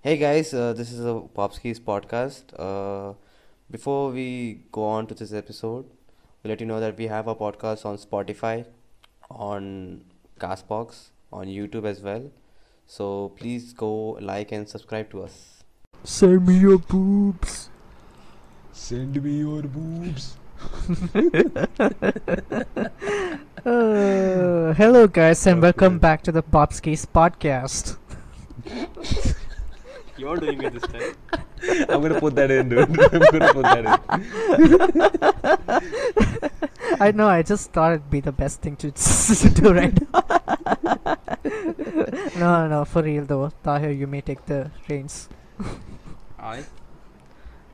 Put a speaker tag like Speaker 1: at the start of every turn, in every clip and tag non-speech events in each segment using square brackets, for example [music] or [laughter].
Speaker 1: Hey guys, uh, this is a Popskis podcast. Uh, before we go on to this episode, we'll let you know that we have our podcast on Spotify, on Castbox, on YouTube as well. So please go like and subscribe to us.
Speaker 2: Send me your boobs.
Speaker 3: Send me your boobs.
Speaker 2: Uh, hello, guys, and welcome
Speaker 3: Okay.
Speaker 2: back to the Popskis
Speaker 3: [laughs]
Speaker 2: podcast.
Speaker 4: You're doing it this time.
Speaker 3: I'm gonna put that in, dude. [laughs] I'm gonna put that in.
Speaker 2: I know, I just thought it'd be the best thing to [laughs] do right now. no, no, for real though. Tahir, you may take the reins.
Speaker 4: I.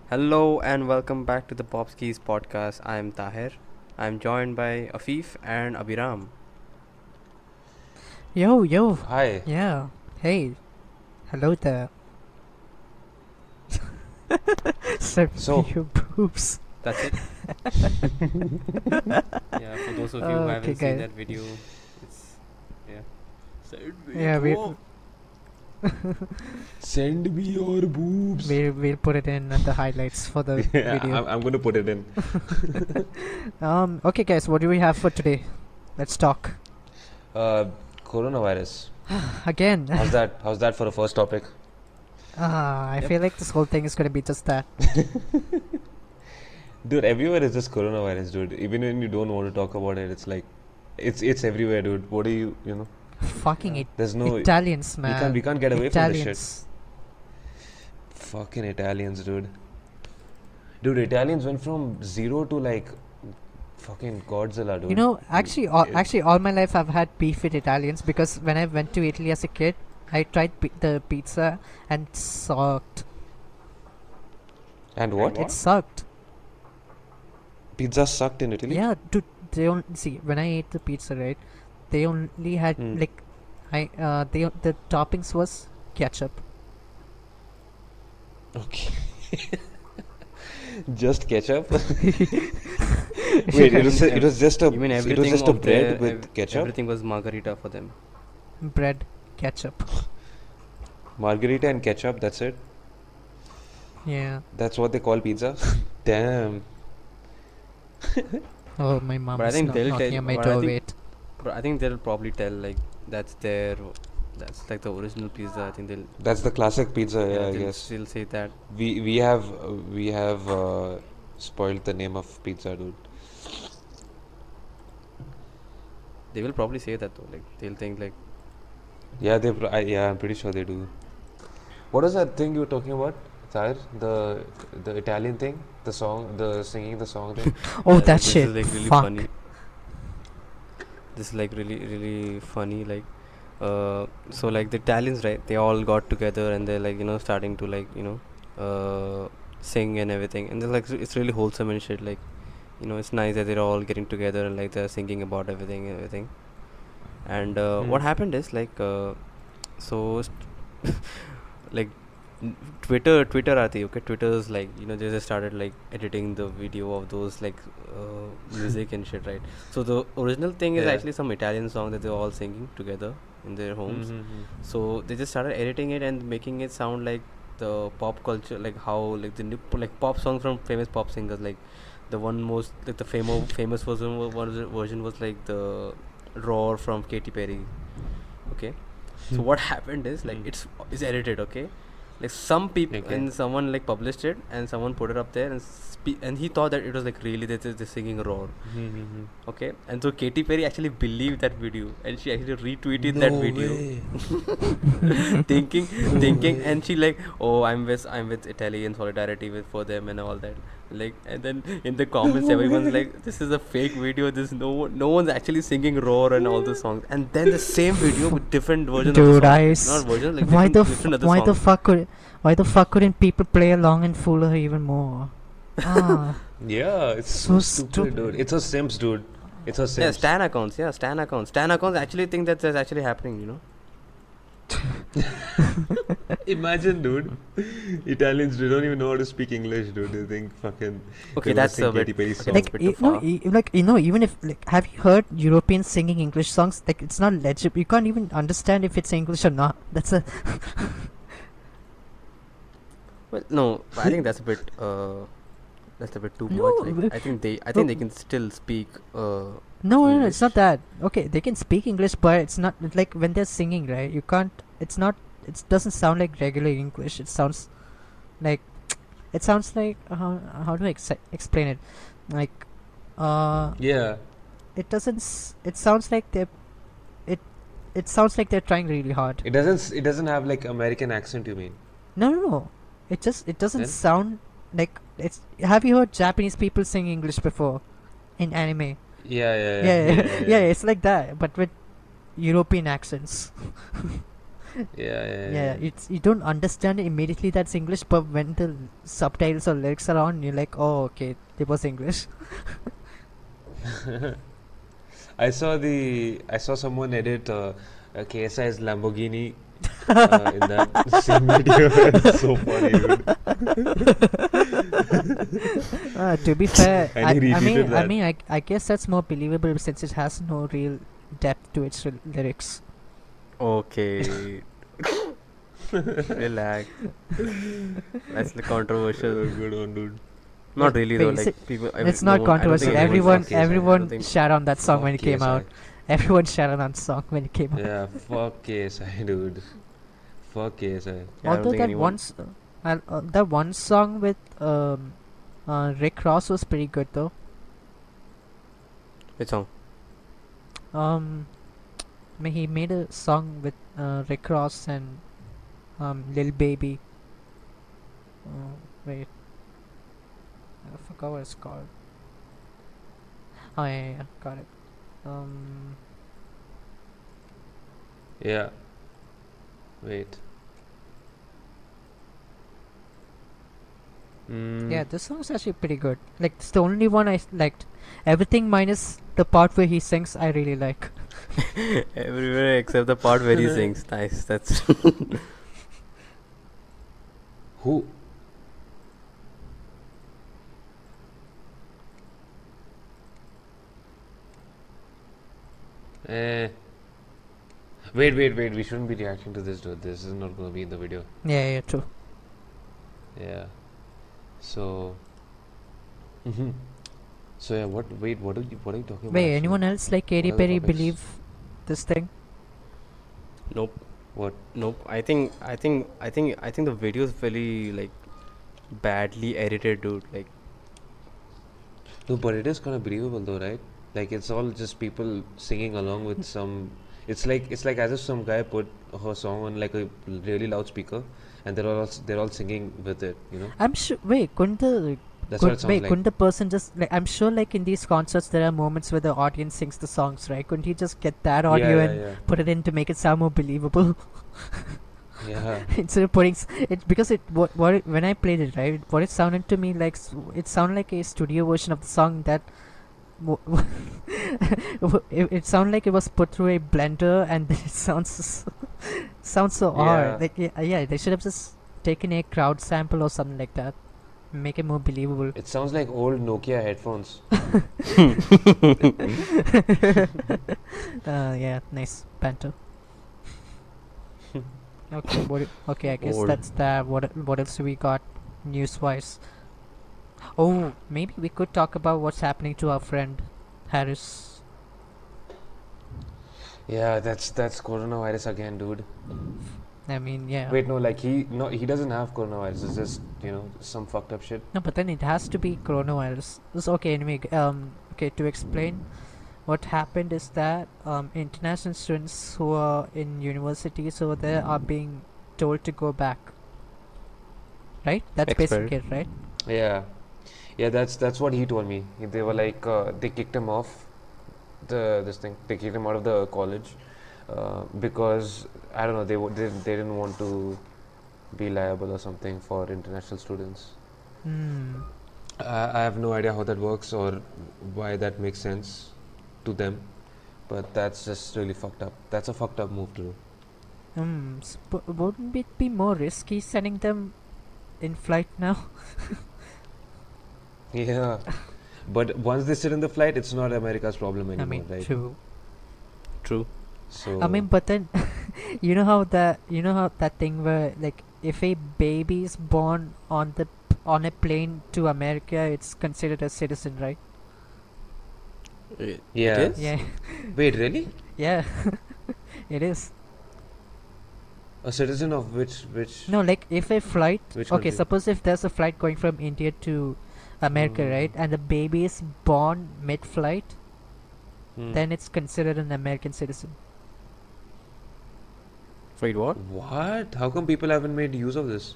Speaker 1: Hello and welcome back to the Popskis podcast. I'm Tahir. I'm joined by Afif and Abiram.
Speaker 2: Yo, yo.
Speaker 3: Hi.
Speaker 2: Yeah. Hey. Hello there.
Speaker 3: [laughs]
Speaker 2: Send
Speaker 3: So-
Speaker 2: me your boobs.
Speaker 4: That's
Speaker 2: [laughs]
Speaker 4: it. yeah, for those of you who
Speaker 2: Okay,
Speaker 4: haven't
Speaker 2: guys.
Speaker 4: seen that video, it's yeah.
Speaker 2: Yeah, we-
Speaker 1: Oh,
Speaker 3: Send me your boobs.
Speaker 2: [laughs] We'll, we'll put it in the highlights for the
Speaker 3: [laughs] yeah,
Speaker 2: video.
Speaker 3: I'm, I'm gonna put it in.
Speaker 2: Um. Okay, guys. What do we have for today? Let's talk
Speaker 3: Uh, coronavirus.
Speaker 2: again. [laughs]
Speaker 3: How's that? How's that for a first topic?
Speaker 2: Ah, I
Speaker 4: Yep.
Speaker 2: feel like this whole thing is gonna be just that.
Speaker 3: Dude, everywhere is just coronavirus, dude. Even when you don't want to talk about it, it's like, it's it's everywhere, dude. What do you, you know?
Speaker 2: Fucking
Speaker 4: Yeah.
Speaker 2: it,
Speaker 3: There's no.
Speaker 2: Italians,
Speaker 3: we
Speaker 2: man.
Speaker 3: can't we can't get away from this shit.
Speaker 2: Italians.
Speaker 3: Fucking Italians, dude. Dude, Italians went from zero to like, fucking Godzilla, dude.
Speaker 2: You know, actually, all,
Speaker 3: Yeah.
Speaker 2: actually, all my life I've had beef with Italians because when I went to Italy as a kid, I tried pi- the pizza and it sucked.
Speaker 3: And what?
Speaker 2: It sucked.
Speaker 3: Pizza sucked in Italy.
Speaker 2: Yeah, dude. They only see when I ate the pizza, right? They only had
Speaker 3: Mm.
Speaker 2: like, I uh, they o- the toppings was ketchup.
Speaker 3: Okay. [laughs] just
Speaker 1: [laughs]
Speaker 3: ketchup. Wait, it was it was just a
Speaker 1: You mean
Speaker 3: it
Speaker 1: everything
Speaker 3: was just a
Speaker 1: of
Speaker 3: bread
Speaker 1: their-
Speaker 3: with
Speaker 1: ev-
Speaker 3: ketchup.
Speaker 1: Everything was margarita for them.
Speaker 2: bread, ketchup.
Speaker 3: Margarita and ketchup. That's it.
Speaker 2: Yeah.
Speaker 3: That's what they call
Speaker 1: [laughs]
Speaker 3: pizza. Damn.
Speaker 2: Oh, my mom
Speaker 1: But I
Speaker 2: is
Speaker 1: think
Speaker 2: kno-
Speaker 1: they'll
Speaker 2: knocking
Speaker 1: tell-
Speaker 2: on my
Speaker 1: but I
Speaker 2: door.
Speaker 1: think-
Speaker 2: Wait.
Speaker 1: But I think they'll probably tell like that's their, that's like the original pizza. I think they'll
Speaker 3: That's the classic pizza. Yeah, I
Speaker 1: they'll
Speaker 3: guess
Speaker 1: still say that.
Speaker 3: we we have uh, we have uh, spoiled the name of pizza, dude.
Speaker 1: They will probably say that though. Like they'll think like
Speaker 3: Yeah, they. pro- I, yeah, I'm pretty sure they do. What is that thing you were talking about, Tahir? The the Italian thing, the song, the singing the song
Speaker 1: [laughs]
Speaker 3: thing.
Speaker 1: "Yeah,
Speaker 2: Oh, that
Speaker 1: this
Speaker 2: shit.
Speaker 1: Is, like, really
Speaker 2: Fuck.
Speaker 1: funny. This is like really really funny. Like, uh, so like the Italians, right? They all got together and they're like you know starting to like you know, uh, sing and everything. And they're like it's really wholesome and shit. Like, you know, it's nice that they're all getting together and like they're singing about everything and everything. And uh, what
Speaker 3: Mm.
Speaker 1: happened is like, uh, so [laughs] st- like n- Twitter, Twitter Aarti, okay, Twitter's like you know they just started like editing the video of those like uh, music and shit, right? So the original thing is
Speaker 3: Yeah.
Speaker 1: actually some Italian song that they're all singing together in their homes.
Speaker 3: Mhm.
Speaker 1: So they just started editing it and making it sound like the pop culture, like how like the new, like pop song from famous pop singers, like the one most like the famous famous version wa- was version was like the roar from Katy Perry. Okay, so what happened is like
Speaker 3: Hmm.
Speaker 1: it's it's edited. Okay, like some people
Speaker 3: Okay.
Speaker 1: and someone like published it and someone put it up there and spe- and he thought that it was like really this is the singing roar.
Speaker 5: Mm-hmm.
Speaker 1: Okay, and so Katy Perry actually believed that video and she actually retweeted that video [laughs] thinking thinking and she like oh i'm with i'm with italy in solidarity with for them and all that like and then in the comments everyone's like this is a fake video this no one- no one's actually singing roar and all the songs and then the same video with different version of the song.
Speaker 2: Dude, I
Speaker 1: not
Speaker 2: s-
Speaker 1: version like
Speaker 2: why
Speaker 1: different,
Speaker 2: the
Speaker 1: different
Speaker 2: f-
Speaker 1: other
Speaker 2: why
Speaker 1: song.
Speaker 2: the fuck could why the fuck couldn't people play along and fool her even [laughs] more? ah,
Speaker 3: Yeah, it's
Speaker 2: So
Speaker 3: so stupid, dude.
Speaker 2: stupid.
Speaker 3: It's a Sims, dude. It's a Sims.
Speaker 1: yeah stan accounts yeah stan accounts stan accounts actually think that that's actually happening you know
Speaker 3: Imagine, dude. Italians they don't even know how to speak English, dude. They think fucking.
Speaker 5: Okay,
Speaker 3: they
Speaker 5: that's
Speaker 3: sing
Speaker 5: a bit-
Speaker 3: Katy Perry
Speaker 5: that's a
Speaker 3: song.
Speaker 5: Sounds
Speaker 2: like
Speaker 5: bit
Speaker 2: you,
Speaker 5: too
Speaker 2: no,
Speaker 5: far.
Speaker 2: e- like you know, even if like have you heard Europeans singing English songs? Like it's not legible. You can't even understand if it's English or not. That's a
Speaker 5: Well, no, but I think that's a bit. Uh, that's a bit too
Speaker 2: No,
Speaker 5: much.
Speaker 2: but-
Speaker 5: Like, I think they. I think they can still speak. Uh,
Speaker 2: no, no, no. It's not
Speaker 5: English.
Speaker 2: that. Okay, they can speak English, but it's not it's like when they're singing, right? You can't. It's not. It doesn't sound like regular English. It sounds like it sounds like uh, how how do I ex- explain it? Like uh,
Speaker 3: Yeah.
Speaker 2: it doesn't. S- it sounds like they're. It it sounds like they're trying really hard.
Speaker 3: It doesn't. s- It doesn't have like American accent. You mean?
Speaker 2: No, no, no. It just it doesn't
Speaker 3: Then?
Speaker 2: sound like it's. Have you heard Japanese people sing English before, in anime?
Speaker 3: Yeah, yeah,
Speaker 2: Yeah,
Speaker 3: yeah.
Speaker 2: yeah, [laughs] yeah, It's like that, but with European accents.
Speaker 3: Yeah, yeah,
Speaker 2: Yeah,
Speaker 3: yeah.
Speaker 2: it's you don't understand immediately that's English, but when the subtitles or lyrics are on, you're like, oh, okay, it was English.
Speaker 3: [laughs] I saw the I saw someone edit uh, uh, KSI's Lamborghini uh, in
Speaker 2: [laughs]
Speaker 3: that same video. [laughs] it's so funny, dude.
Speaker 2: Uh, to be fair,
Speaker 3: [laughs] And
Speaker 2: I, I
Speaker 3: he
Speaker 2: mean,
Speaker 3: repeated
Speaker 2: I
Speaker 3: that.
Speaker 2: mean, I, I guess that's more believable since it has no real depth to its r- lyrics. [laughs]
Speaker 5: okay. Relax. That's the
Speaker 3: Uh,
Speaker 5: controversial.
Speaker 3: good one, dude.
Speaker 5: Not really though.
Speaker 2: Wait, is
Speaker 5: Like people. I
Speaker 2: it's
Speaker 5: mean,
Speaker 2: not
Speaker 5: no one- I don't
Speaker 2: controversial.
Speaker 5: think
Speaker 2: Everyone,
Speaker 5: likes KSI. I don't
Speaker 2: everyone
Speaker 5: think-
Speaker 2: shat on that song
Speaker 3: Fuck
Speaker 2: when it came
Speaker 3: KSI.
Speaker 2: out. Everyone shat on that song when it came out.
Speaker 3: Oh, Yeah, fuck KSI, dude. Fuck KSI.
Speaker 5: yeah, I don't
Speaker 2: Although
Speaker 5: think
Speaker 2: that
Speaker 5: anyone-
Speaker 2: one, s- uh, uh, that one song with um, uh, Rick Ross was pretty good though.
Speaker 5: Which song?
Speaker 2: Um, I mean, he made a song with uh, Rick Ross and um, Lil Baby. Uh, wait, I forgot what it's called. Oh yeah, yeah, yeah, got it. Um,
Speaker 3: Yeah. Wait.
Speaker 5: Hmm.
Speaker 3: Mm.
Speaker 2: Yeah, this song is actually pretty good. Like it's the only one I s- liked. Everything minus the part where he sings, I really like.
Speaker 5: Everywhere except the part
Speaker 2: [laughs]
Speaker 5: where he sings. Nice. That's. [laughs]
Speaker 3: Who? Eh. Wait, wait, wait. We shouldn't be reacting to this, dude. This is not gonna be in the video.
Speaker 2: Yeah, yeah, true.
Speaker 3: Yeah. So. [laughs] hmm So yeah. What? Wait. What are you? What are you talking about?
Speaker 2: Wait,
Speaker 3: actually?
Speaker 2: anyone else like Katy
Speaker 3: other
Speaker 2: Perry
Speaker 3: topics?
Speaker 2: believe this thing?
Speaker 5: nope.
Speaker 3: What?
Speaker 5: Nope. I think. I think. I think. I think the video is very like badly edited, dude. Like.
Speaker 3: No, but it is kind of believable though, right? Like it's all just people singing along with some. It's like it's like as if some guy put her song on like a really loud speaker, and they're all they're all singing with it. You know,
Speaker 2: I'm sure. Wait, couldn't the
Speaker 3: that's what
Speaker 2: could,
Speaker 3: it sounds
Speaker 2: wait
Speaker 3: like.
Speaker 2: couldn't the person just like I'm sure like in these concerts there are moments where the audience sings the songs, right? Couldn't he just get that audio
Speaker 3: yeah,
Speaker 2: and
Speaker 3: yeah,
Speaker 2: put it in to make it sound more believable?
Speaker 3: yeah. [laughs]
Speaker 2: [laughs] instead of putting s- it because it what, what it, when I played it right what it sounded to me like s- it sounded like a studio version of the song that [laughs] w- w- it, it sounded like it was put through a blender and [laughs] then it sounds so- sounds so
Speaker 3: Yeah.
Speaker 2: odd like yeah, yeah they should have just taken a crowd sample or something like that make it more believable
Speaker 3: It sounds like old Nokia headphones.
Speaker 2: [laughs] uh, yeah nice banter okay what i- okay I guess
Speaker 5: Old.
Speaker 2: that's that what e- what else we got news wise oh maybe we could talk about what's happening to our friend Harris
Speaker 3: Yeah, that's that's coronavirus again, dude.
Speaker 2: I mean yeah
Speaker 3: Wait, no, like he no he doesn't have coronavirus. It's just you know some fucked up shit.
Speaker 2: No, but then it has to be coronavirus. It's okay, anyway. g- Um, okay, to explain, what happened is that um, international students who are in universities over there are being told to go back. Right? That's basic it,
Speaker 5: Expelled.
Speaker 2: right?
Speaker 3: Yeah, yeah, that's that's what he told me. He- They were like uh, they kicked him off the this thing. They kicked him out of the college uh, because I don't know they, w- they they didn't want to be liable or something for international students.
Speaker 2: Hmm.
Speaker 3: I, I have no idea how that works or why that makes sense to them, but that's just really fucked up. That's a fucked up move to do.
Speaker 2: Um, sp- wouldn't it be more risky sending them in flight now?
Speaker 3: Yeah. [laughs] But once they sit in the flight, it's not America's problem anymore,
Speaker 2: I mean,
Speaker 3: right?
Speaker 2: true.
Speaker 5: True.
Speaker 3: So
Speaker 2: I mean, but then [laughs] you know how that you know how that thing where like if a baby is born on the p- on a plane to America, it's considered a citizen, right?
Speaker 5: It,
Speaker 3: yeah.
Speaker 5: it is?
Speaker 2: Yeah,
Speaker 3: Wait, really?
Speaker 2: yeah, [laughs] it is.
Speaker 3: A citizen of which which
Speaker 2: No, like if a flight.
Speaker 3: which
Speaker 2: Okay,
Speaker 3: country?
Speaker 2: suppose if there's a flight going from India to America,
Speaker 3: Mm.
Speaker 2: right, and the baby is born mid-flight,
Speaker 3: Hmm.
Speaker 2: then it's considered an American citizen.
Speaker 5: Wait, what?
Speaker 2: [laughs]
Speaker 3: What? How come people haven't made use of this?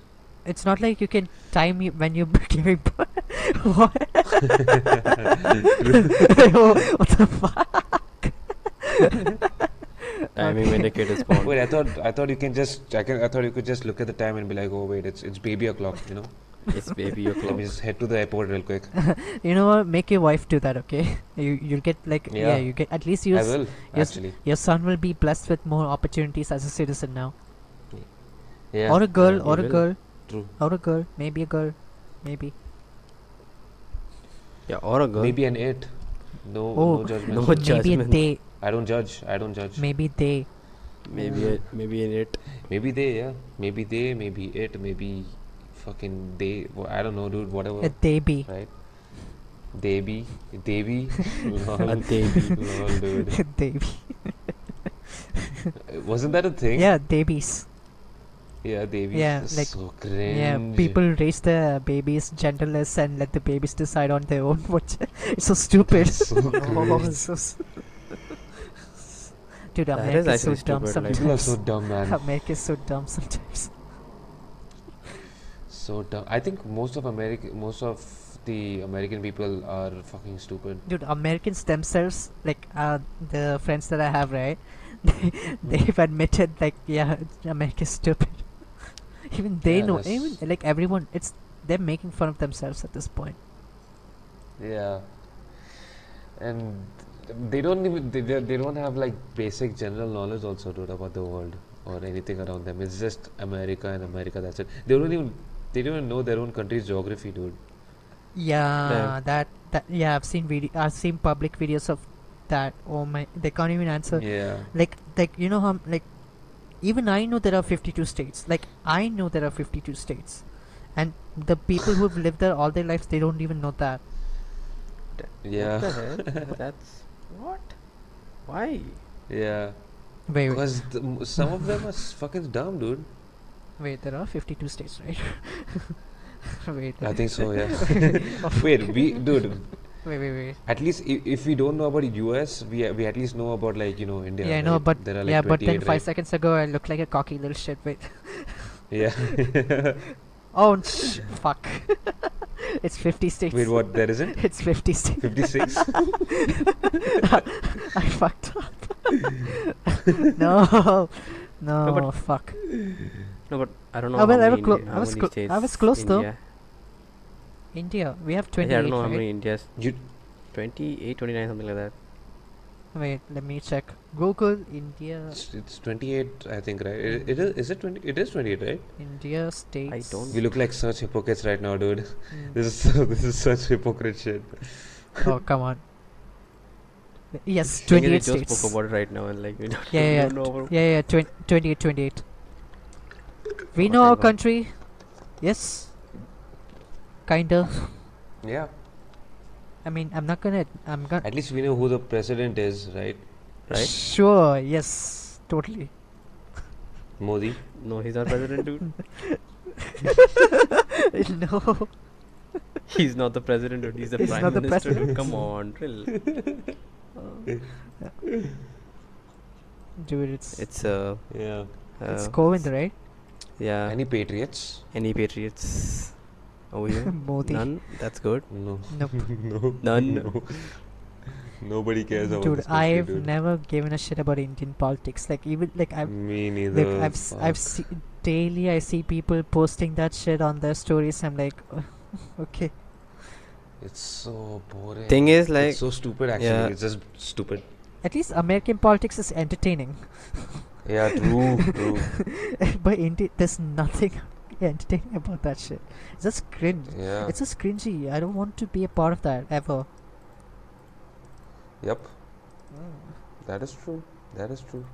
Speaker 2: It's not like you can time you [laughs] when you're giving birth.
Speaker 3: [laughs]
Speaker 2: what? [laughs] what the fuck?
Speaker 5: I mean, when the kid is born.
Speaker 3: Oh, Wait, I thought I thought you can just I can I thought you could just look at the time and be like, oh wait, it's it's baby o'clock,
Speaker 2: [laughs]
Speaker 3: you know.
Speaker 5: it's baby
Speaker 3: Let me
Speaker 5: o'clock.
Speaker 3: just head to the airport real quick.
Speaker 2: You know what? Make your wife do that, okay? [laughs] You you'll get like yeah,
Speaker 3: Yeah.
Speaker 2: you get at least
Speaker 3: I
Speaker 2: your s-
Speaker 3: will
Speaker 2: yes.
Speaker 3: actually.
Speaker 2: your son will be blessed with more opportunities as a citizen now,
Speaker 3: Yeah.
Speaker 2: or a girl,
Speaker 5: he
Speaker 2: or a
Speaker 5: will.
Speaker 2: girl,
Speaker 3: True.
Speaker 2: or a girl, maybe a girl, maybe.
Speaker 5: Yeah, or a girl.
Speaker 3: Maybe an it. No,
Speaker 2: Oh,
Speaker 3: [laughs] no judgment.
Speaker 5: no
Speaker 2: Maybe
Speaker 5: judgment.
Speaker 2: they,
Speaker 3: I don't judge. I don't judge.
Speaker 2: maybe they.
Speaker 5: Maybe, a, maybe an it.
Speaker 3: Maybe they, yeah. Maybe they, maybe it, maybe fucking they. wha- I don't know, dude. Whatever,
Speaker 2: A they
Speaker 3: [laughs]
Speaker 2: [laughs] be.
Speaker 3: right? They be, they
Speaker 2: [laughs]
Speaker 3: be. [laughs]
Speaker 5: A
Speaker 3: Lol,
Speaker 5: baby.
Speaker 3: lol, dude.
Speaker 2: they be.
Speaker 3: Uh, Wasn't that a thing?
Speaker 2: Yeah, babies.
Speaker 3: Yeah, they be.
Speaker 2: Yeah,
Speaker 3: That's
Speaker 2: like-
Speaker 3: so cringe.
Speaker 2: Yeah, people raise their babies genderless and let the babies decide on their own. [laughs] What? it's so stupid.
Speaker 3: That's [laughs]
Speaker 2: [laughs]
Speaker 3: so
Speaker 2: Oh,
Speaker 3: cringe.
Speaker 2: it's so s- [laughs] Dude,
Speaker 5: That is
Speaker 2: America is so
Speaker 5: actually
Speaker 2: dumb
Speaker 5: stupid, like-
Speaker 3: People are
Speaker 2: sometimes. [laughs]
Speaker 3: so dumb, man.
Speaker 2: America is so dumb sometimes.
Speaker 3: So dumb. I think most of America, most of the American people are fucking stupid.
Speaker 2: Dude, Americans themselves, like uh, the friends that I have, right? [laughs] They, they've admitted, like, yeah, [laughs] America's stupid. [laughs] even they
Speaker 3: Yeah,
Speaker 2: know.
Speaker 3: that's-
Speaker 2: Even like everyone, it's they're making fun of themselves at this point.
Speaker 3: Yeah. And they don't even they, they they don't have like basic general knowledge also dude about the world or anything around them. It's just America and America. That's it. They don't even they don't even know their own country's geography, dude.
Speaker 2: Yeah, that that yeah, I've seen video. I've seen public videos of that. Oh my, they can't even answer.
Speaker 3: yeah.
Speaker 2: like like you know how m- like even i know there are 52 states like i know there are 52 states and the people who've lived there all their lives they don't even know that
Speaker 3: Yeah.
Speaker 5: What the
Speaker 2: [laughs]
Speaker 5: hell? That's what? Why?
Speaker 3: Yeah.
Speaker 2: wait wait,
Speaker 3: Because some of them are s- fucking dumb,
Speaker 2: [laughs]
Speaker 3: dude.
Speaker 2: wait there are 52 states right [laughs] wait
Speaker 3: I
Speaker 2: [laughs]
Speaker 3: think [laughs] so. Yeah.
Speaker 2: Of-
Speaker 3: Wait, we dude.
Speaker 2: wait wait wait
Speaker 3: At least if, if we don't know about U.S., we we at least know about like you know India.
Speaker 2: yeah, i know
Speaker 3: right?
Speaker 2: but
Speaker 3: there are like
Speaker 2: yeah but then
Speaker 3: 28,
Speaker 2: five seconds ago i looked like a cocky little shit wait
Speaker 3: right? Yeah. [laughs]
Speaker 2: oh [laughs] sh- fuck it's 50 states
Speaker 3: Wait, what? There isn't.
Speaker 2: [laughs] it's 50 states
Speaker 3: 56
Speaker 2: [laughs] I fucked up. [laughs] no, no,
Speaker 5: but-
Speaker 2: fuck.
Speaker 5: No, but I don't know.
Speaker 2: Oh, well,
Speaker 5: how
Speaker 2: I was
Speaker 5: many
Speaker 2: clo-
Speaker 5: Indi-
Speaker 2: I
Speaker 5: how
Speaker 2: was
Speaker 5: many
Speaker 2: clo- I
Speaker 5: states
Speaker 2: was close, though.
Speaker 5: India-
Speaker 2: India, we have
Speaker 5: Actually,
Speaker 2: 28.
Speaker 5: I don't know how
Speaker 2: right?
Speaker 5: many India's.
Speaker 3: you
Speaker 5: 28, 29, something like that.
Speaker 2: Wait, let me check. Google India,
Speaker 3: it's, it's 28 i think right it, it is is it 20 it is 28 right
Speaker 2: India states.
Speaker 5: don't-
Speaker 3: we look like such hypocrites right now dude [laughs]
Speaker 2: Mm.
Speaker 3: this is this is such hypocrite shit
Speaker 2: oh come on. Yes,
Speaker 5: Thing is, we
Speaker 2: 28
Speaker 5: just
Speaker 2: states.
Speaker 5: spoke about it right now, and like we don't,
Speaker 2: Yeah, yeah,
Speaker 5: we don't know about
Speaker 2: Yeah, yeah, twen- 28, 28. We
Speaker 5: Oh,
Speaker 2: know
Speaker 5: thank
Speaker 2: our
Speaker 5: God.
Speaker 2: country. Yes. Kinda.
Speaker 3: yeah
Speaker 2: I mean, I'm not gonna. I'm gonna.
Speaker 3: at least we know who the president is right
Speaker 5: right.
Speaker 2: Sure. Yes. Totally.
Speaker 3: modi
Speaker 5: No, he's not president, dude.
Speaker 2: [laughs] no.
Speaker 5: [laughs] He's not the president, dude. He's the
Speaker 2: He's
Speaker 5: prime
Speaker 2: not the
Speaker 5: minister. dude.
Speaker 2: president.
Speaker 5: Come on, drill.
Speaker 2: Dude, it's it's,
Speaker 5: It's uh,
Speaker 3: yeah
Speaker 5: uh
Speaker 2: Govind,
Speaker 5: [laughs]
Speaker 2: right?
Speaker 5: yeah. Any,
Speaker 3: any patriots
Speaker 5: patriots over here?
Speaker 2: [laughs] Modi.
Speaker 5: None. That's good.
Speaker 3: no [laughs]
Speaker 2: Nope.
Speaker 3: no
Speaker 5: None.
Speaker 3: no nobody cares about
Speaker 2: Dude,
Speaker 3: this country,
Speaker 2: I've
Speaker 3: dude.
Speaker 2: never given a shit about Indian politics. Like even like I've
Speaker 3: me neither
Speaker 2: look, I've s I've see, daily I see people posting that shit on their stories. I'm like, [laughs] okay,
Speaker 3: Fuck. it's so boring
Speaker 5: Thing is, like,
Speaker 3: it's so stupid actually
Speaker 5: yeah.
Speaker 3: it's just stupid
Speaker 2: at least American politics is entertaining. [laughs]
Speaker 3: Yeah, true, true.
Speaker 2: but indeed, there's nothing [laughs] entertaining about that shit. It's just cringe.
Speaker 3: [laughs] Yeah.
Speaker 2: It's just cringy. I don't want to be a part of that ever.
Speaker 3: Yep. That is true. That is true.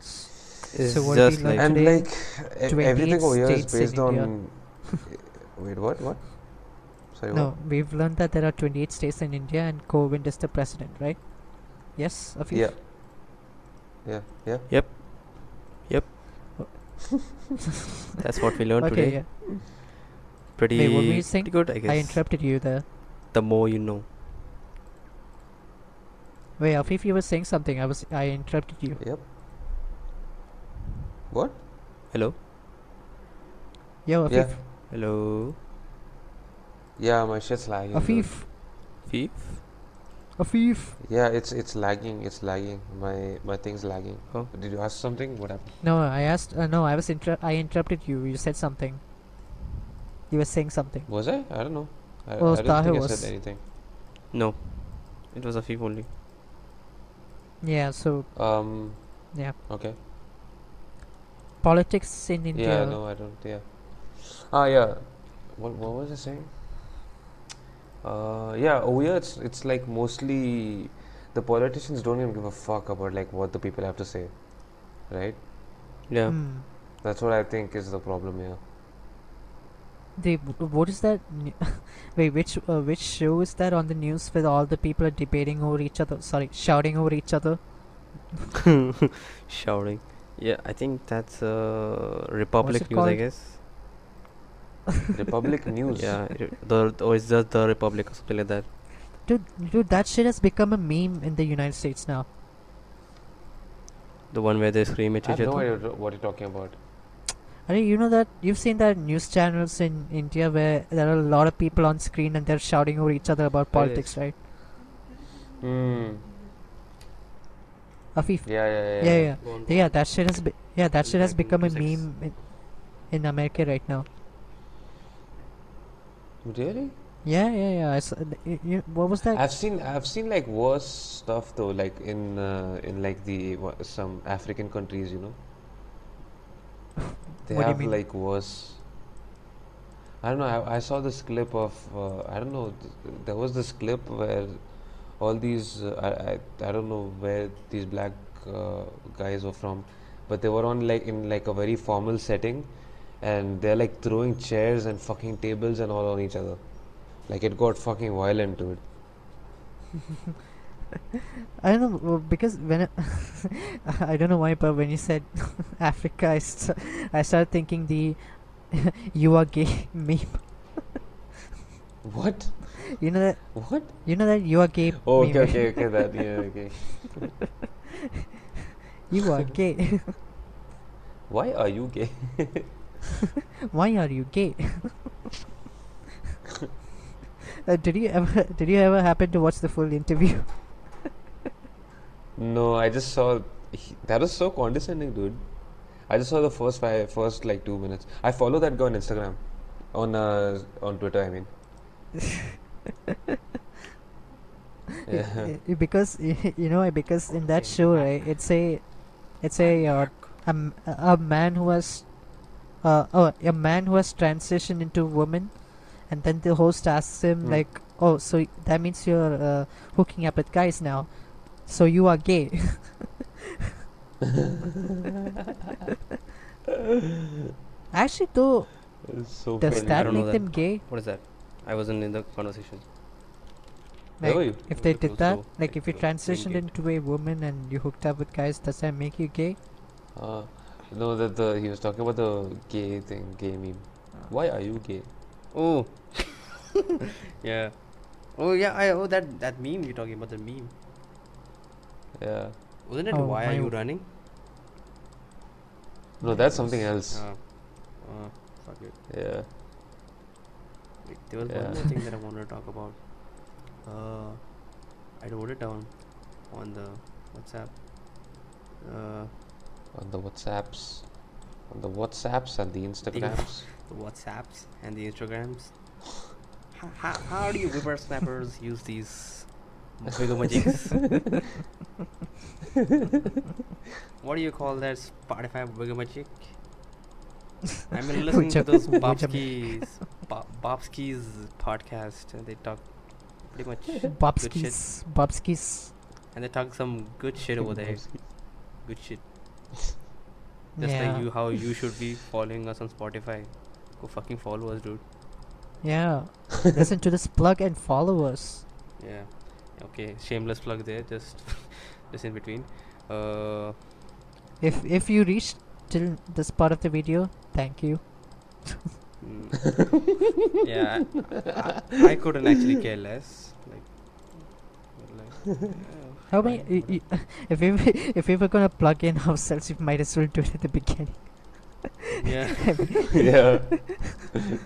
Speaker 5: It's
Speaker 2: so what do
Speaker 5: just
Speaker 2: you learn
Speaker 5: like-
Speaker 3: and
Speaker 2: today?
Speaker 3: like e-
Speaker 2: 28
Speaker 3: everything over here is
Speaker 2: states in
Speaker 3: based
Speaker 2: India.
Speaker 3: on. Wait, what? What? Sorry,
Speaker 2: no,
Speaker 3: what?
Speaker 2: we've learned that there are 28 states in India, and Kovind is the president, right? Yes, Afif.
Speaker 3: Yeah. Yeah, yeah.
Speaker 5: That's what we learned
Speaker 2: okay.
Speaker 5: today.
Speaker 2: Yeah.
Speaker 5: Pretty,
Speaker 2: Wait, what were you saying?
Speaker 5: pretty good, I guess.
Speaker 2: I interrupted you there.
Speaker 5: The more you know.
Speaker 2: Wait, Afif, you were saying something. I was. I interrupted you.
Speaker 3: Yep. What?
Speaker 5: Hello,
Speaker 2: Yo, Afif.
Speaker 3: Yeah.
Speaker 5: hello,
Speaker 3: Yeah, my shit's lagging. dude.
Speaker 2: Afif.
Speaker 5: Thief.
Speaker 2: Afif.
Speaker 3: Yeah, it's it's lagging. It's lagging. My my thing's lagging.
Speaker 5: Oh.
Speaker 3: Did you ask something? What happened?
Speaker 2: No, I asked. Uh, no, I was inter- I interrupted you. You said something. You were saying something.
Speaker 3: Was I? I don't know. I,
Speaker 2: Well,
Speaker 3: I didn't think
Speaker 2: Tahir
Speaker 3: I
Speaker 2: was.
Speaker 3: said anything.
Speaker 5: No, it was a thief only.
Speaker 2: Yeah. So
Speaker 3: Um.
Speaker 2: Yeah.
Speaker 3: Okay.
Speaker 2: politics in India.
Speaker 3: Yeah. No, I don't. Yeah. Ah, yeah. What What was I saying? Uh, yeah. Over here, it's it's like mostly the politicians don't even give a fuck about like what the people have to say, right?
Speaker 5: Yeah,
Speaker 2: Hmm.
Speaker 3: That's what I think is the problem here.
Speaker 2: They. What is that? n- [laughs] Wait, which uh, which show is that on the news where all the people are debating over each other? Sorry, shouting over each other. Mm.
Speaker 5: [laughs] shouting. Yeah, I think that's uh, Republic
Speaker 2: it
Speaker 5: News, I
Speaker 2: called?
Speaker 5: guess.
Speaker 2: [laughs]
Speaker 3: Republic News.
Speaker 5: Yeah, it- the or it's just the Republic or something like that.
Speaker 2: Dude, dude, that shit has become a meme in the United States now.
Speaker 5: The one where they scream at
Speaker 3: I have
Speaker 5: each
Speaker 3: no
Speaker 5: other.
Speaker 3: idea what you're talking about.
Speaker 2: Are you know that you've seen that news channels in India where there are a lot of people on screen and they're shouting over each other about
Speaker 5: Oh, yes.
Speaker 2: politics, right?
Speaker 3: Hmm.
Speaker 2: Afif.
Speaker 3: Yeah. Yeah. Yeah.
Speaker 2: yeah, yeah.
Speaker 1: Go on, go
Speaker 2: Yeah,
Speaker 1: on.
Speaker 2: that shit has be- yeah, that
Speaker 1: We'll
Speaker 2: shit has
Speaker 1: back in
Speaker 2: become a
Speaker 1: two secs.
Speaker 2: meme in, in America right now.
Speaker 3: Really?
Speaker 2: Yeah, yeah, yeah. I s- uh, y- y- what was that?
Speaker 3: I've seen I've seen like worse stuff though, like in uh, in like the wha- some African countries, you know.
Speaker 2: What do
Speaker 3: They
Speaker 2: you
Speaker 3: have
Speaker 2: mean?
Speaker 3: like worse. I don't know. I, I saw this clip of uh, I don't know. Th- there was this clip where all these uh, I, I I don't know where these black uh, guys were from, but they were on like in like a very formal setting, and they're like throwing chairs and fucking tables and all on each other. Like it got fucking violent, dude.
Speaker 2: I don't know w- because when I, [laughs] I don't know why, but when you said [laughs] Africa, I, st- I started thinking the [laughs] you are gay [laughs] meme.
Speaker 3: What?
Speaker 2: You know that
Speaker 3: What?
Speaker 2: you know that you are gay.
Speaker 3: Oh,
Speaker 2: meme,
Speaker 3: okay,
Speaker 2: right?
Speaker 3: okay, okay. That yeah, okay.
Speaker 2: [laughs] You are gay. [laughs]
Speaker 3: Why are you gay?
Speaker 2: why are you
Speaker 3: [laughs]
Speaker 2: gay? [laughs] uh, did you ever did you ever happen to watch the full interview?
Speaker 3: No, I just saw. He, that was so condescending, dude. I just saw the first five, first like two minutes. I follow that guy on Instagram, on uh, on Twitter. I mean. yeah.
Speaker 2: I- I- because [laughs] y- you know because in that
Speaker 1: Okay.
Speaker 2: show right it's a it's a uh, a, m- a man who has uh, oh, a man who has transitioned into woman and then the host asks him
Speaker 3: Hmm.
Speaker 2: like oh so y- that means you're uh, hooking up with guys now so you
Speaker 5: [laughs]
Speaker 2: are gay [laughs] actually though
Speaker 3: It's so
Speaker 2: does
Speaker 3: funny.
Speaker 5: I
Speaker 2: that
Speaker 5: don't know
Speaker 2: make
Speaker 5: that.
Speaker 2: them gay
Speaker 5: What is that? I wasn't in the conversation.
Speaker 3: Where were
Speaker 2: like
Speaker 3: you?
Speaker 2: if they
Speaker 5: It
Speaker 2: did
Speaker 5: was
Speaker 2: that
Speaker 5: so,
Speaker 2: like
Speaker 5: like,
Speaker 2: if you
Speaker 5: uh, being
Speaker 2: transitioned
Speaker 5: gay.
Speaker 2: into a woman and you hooked up with guys does that make you gay
Speaker 3: Uh, no, that the he was talking about the gay thing, gay meme.
Speaker 2: Ah.
Speaker 3: Why are you gay?
Speaker 1: Oh. [laughs] yeah. Oh yeah. I oh that that meme you're talking about the meme.
Speaker 3: Yeah.
Speaker 1: Wasn't it?
Speaker 2: Oh,
Speaker 1: why are
Speaker 2: my-
Speaker 1: you running?
Speaker 3: No, that's something else.
Speaker 1: Uh, uh, fuck it.
Speaker 3: Yeah.
Speaker 1: Wait, there was
Speaker 3: Yeah.
Speaker 1: one more thing that I wanted to talk about. Uh, I wrote it down on the WhatsApp. Uh,
Speaker 3: On the WhatsApps. On the WhatsApps and the Instagrams.
Speaker 1: the WhatsApps
Speaker 2: [laughs]
Speaker 1: and the Instagrams. How, how, how do you whippersnappers use these
Speaker 5: Bigger Magics.
Speaker 1: What do you call that Spotify bigger magic?
Speaker 2: [laughs]
Speaker 1: I've been
Speaker 2: Which
Speaker 1: listening to
Speaker 2: up-
Speaker 1: those
Speaker 2: [laughs] which up-
Speaker 1: Bobskis, Bo- Bobskis podcast, and they talk pretty much
Speaker 2: [laughs]
Speaker 1: good shit.
Speaker 2: Bobskis. Bobskis.
Speaker 1: And they talk some good shit over there. Good shit. Just
Speaker 2: yeah.
Speaker 1: like you, how you should be following us on Spotify. Go fucking follow us, dude. [laughs]
Speaker 2: Yeah. Listen to this plug and follow us.
Speaker 1: Yeah. Okay. Shameless plug there. Just, [laughs] just in between. Uh,
Speaker 2: If if you reached till this part of the video, thank you.
Speaker 1: mm, yeah. I, I, I couldn't actually care less. Like. but like, yeah,
Speaker 2: How
Speaker 1: fine,
Speaker 2: many? y-
Speaker 1: whatever.
Speaker 2: y- [laughs] if we were- if we were gonna plug in ourselves, we might as well do it at the beginning. [laughs]
Speaker 1: [laughs]
Speaker 3: [laughs]
Speaker 1: Yeah.
Speaker 3: yeah.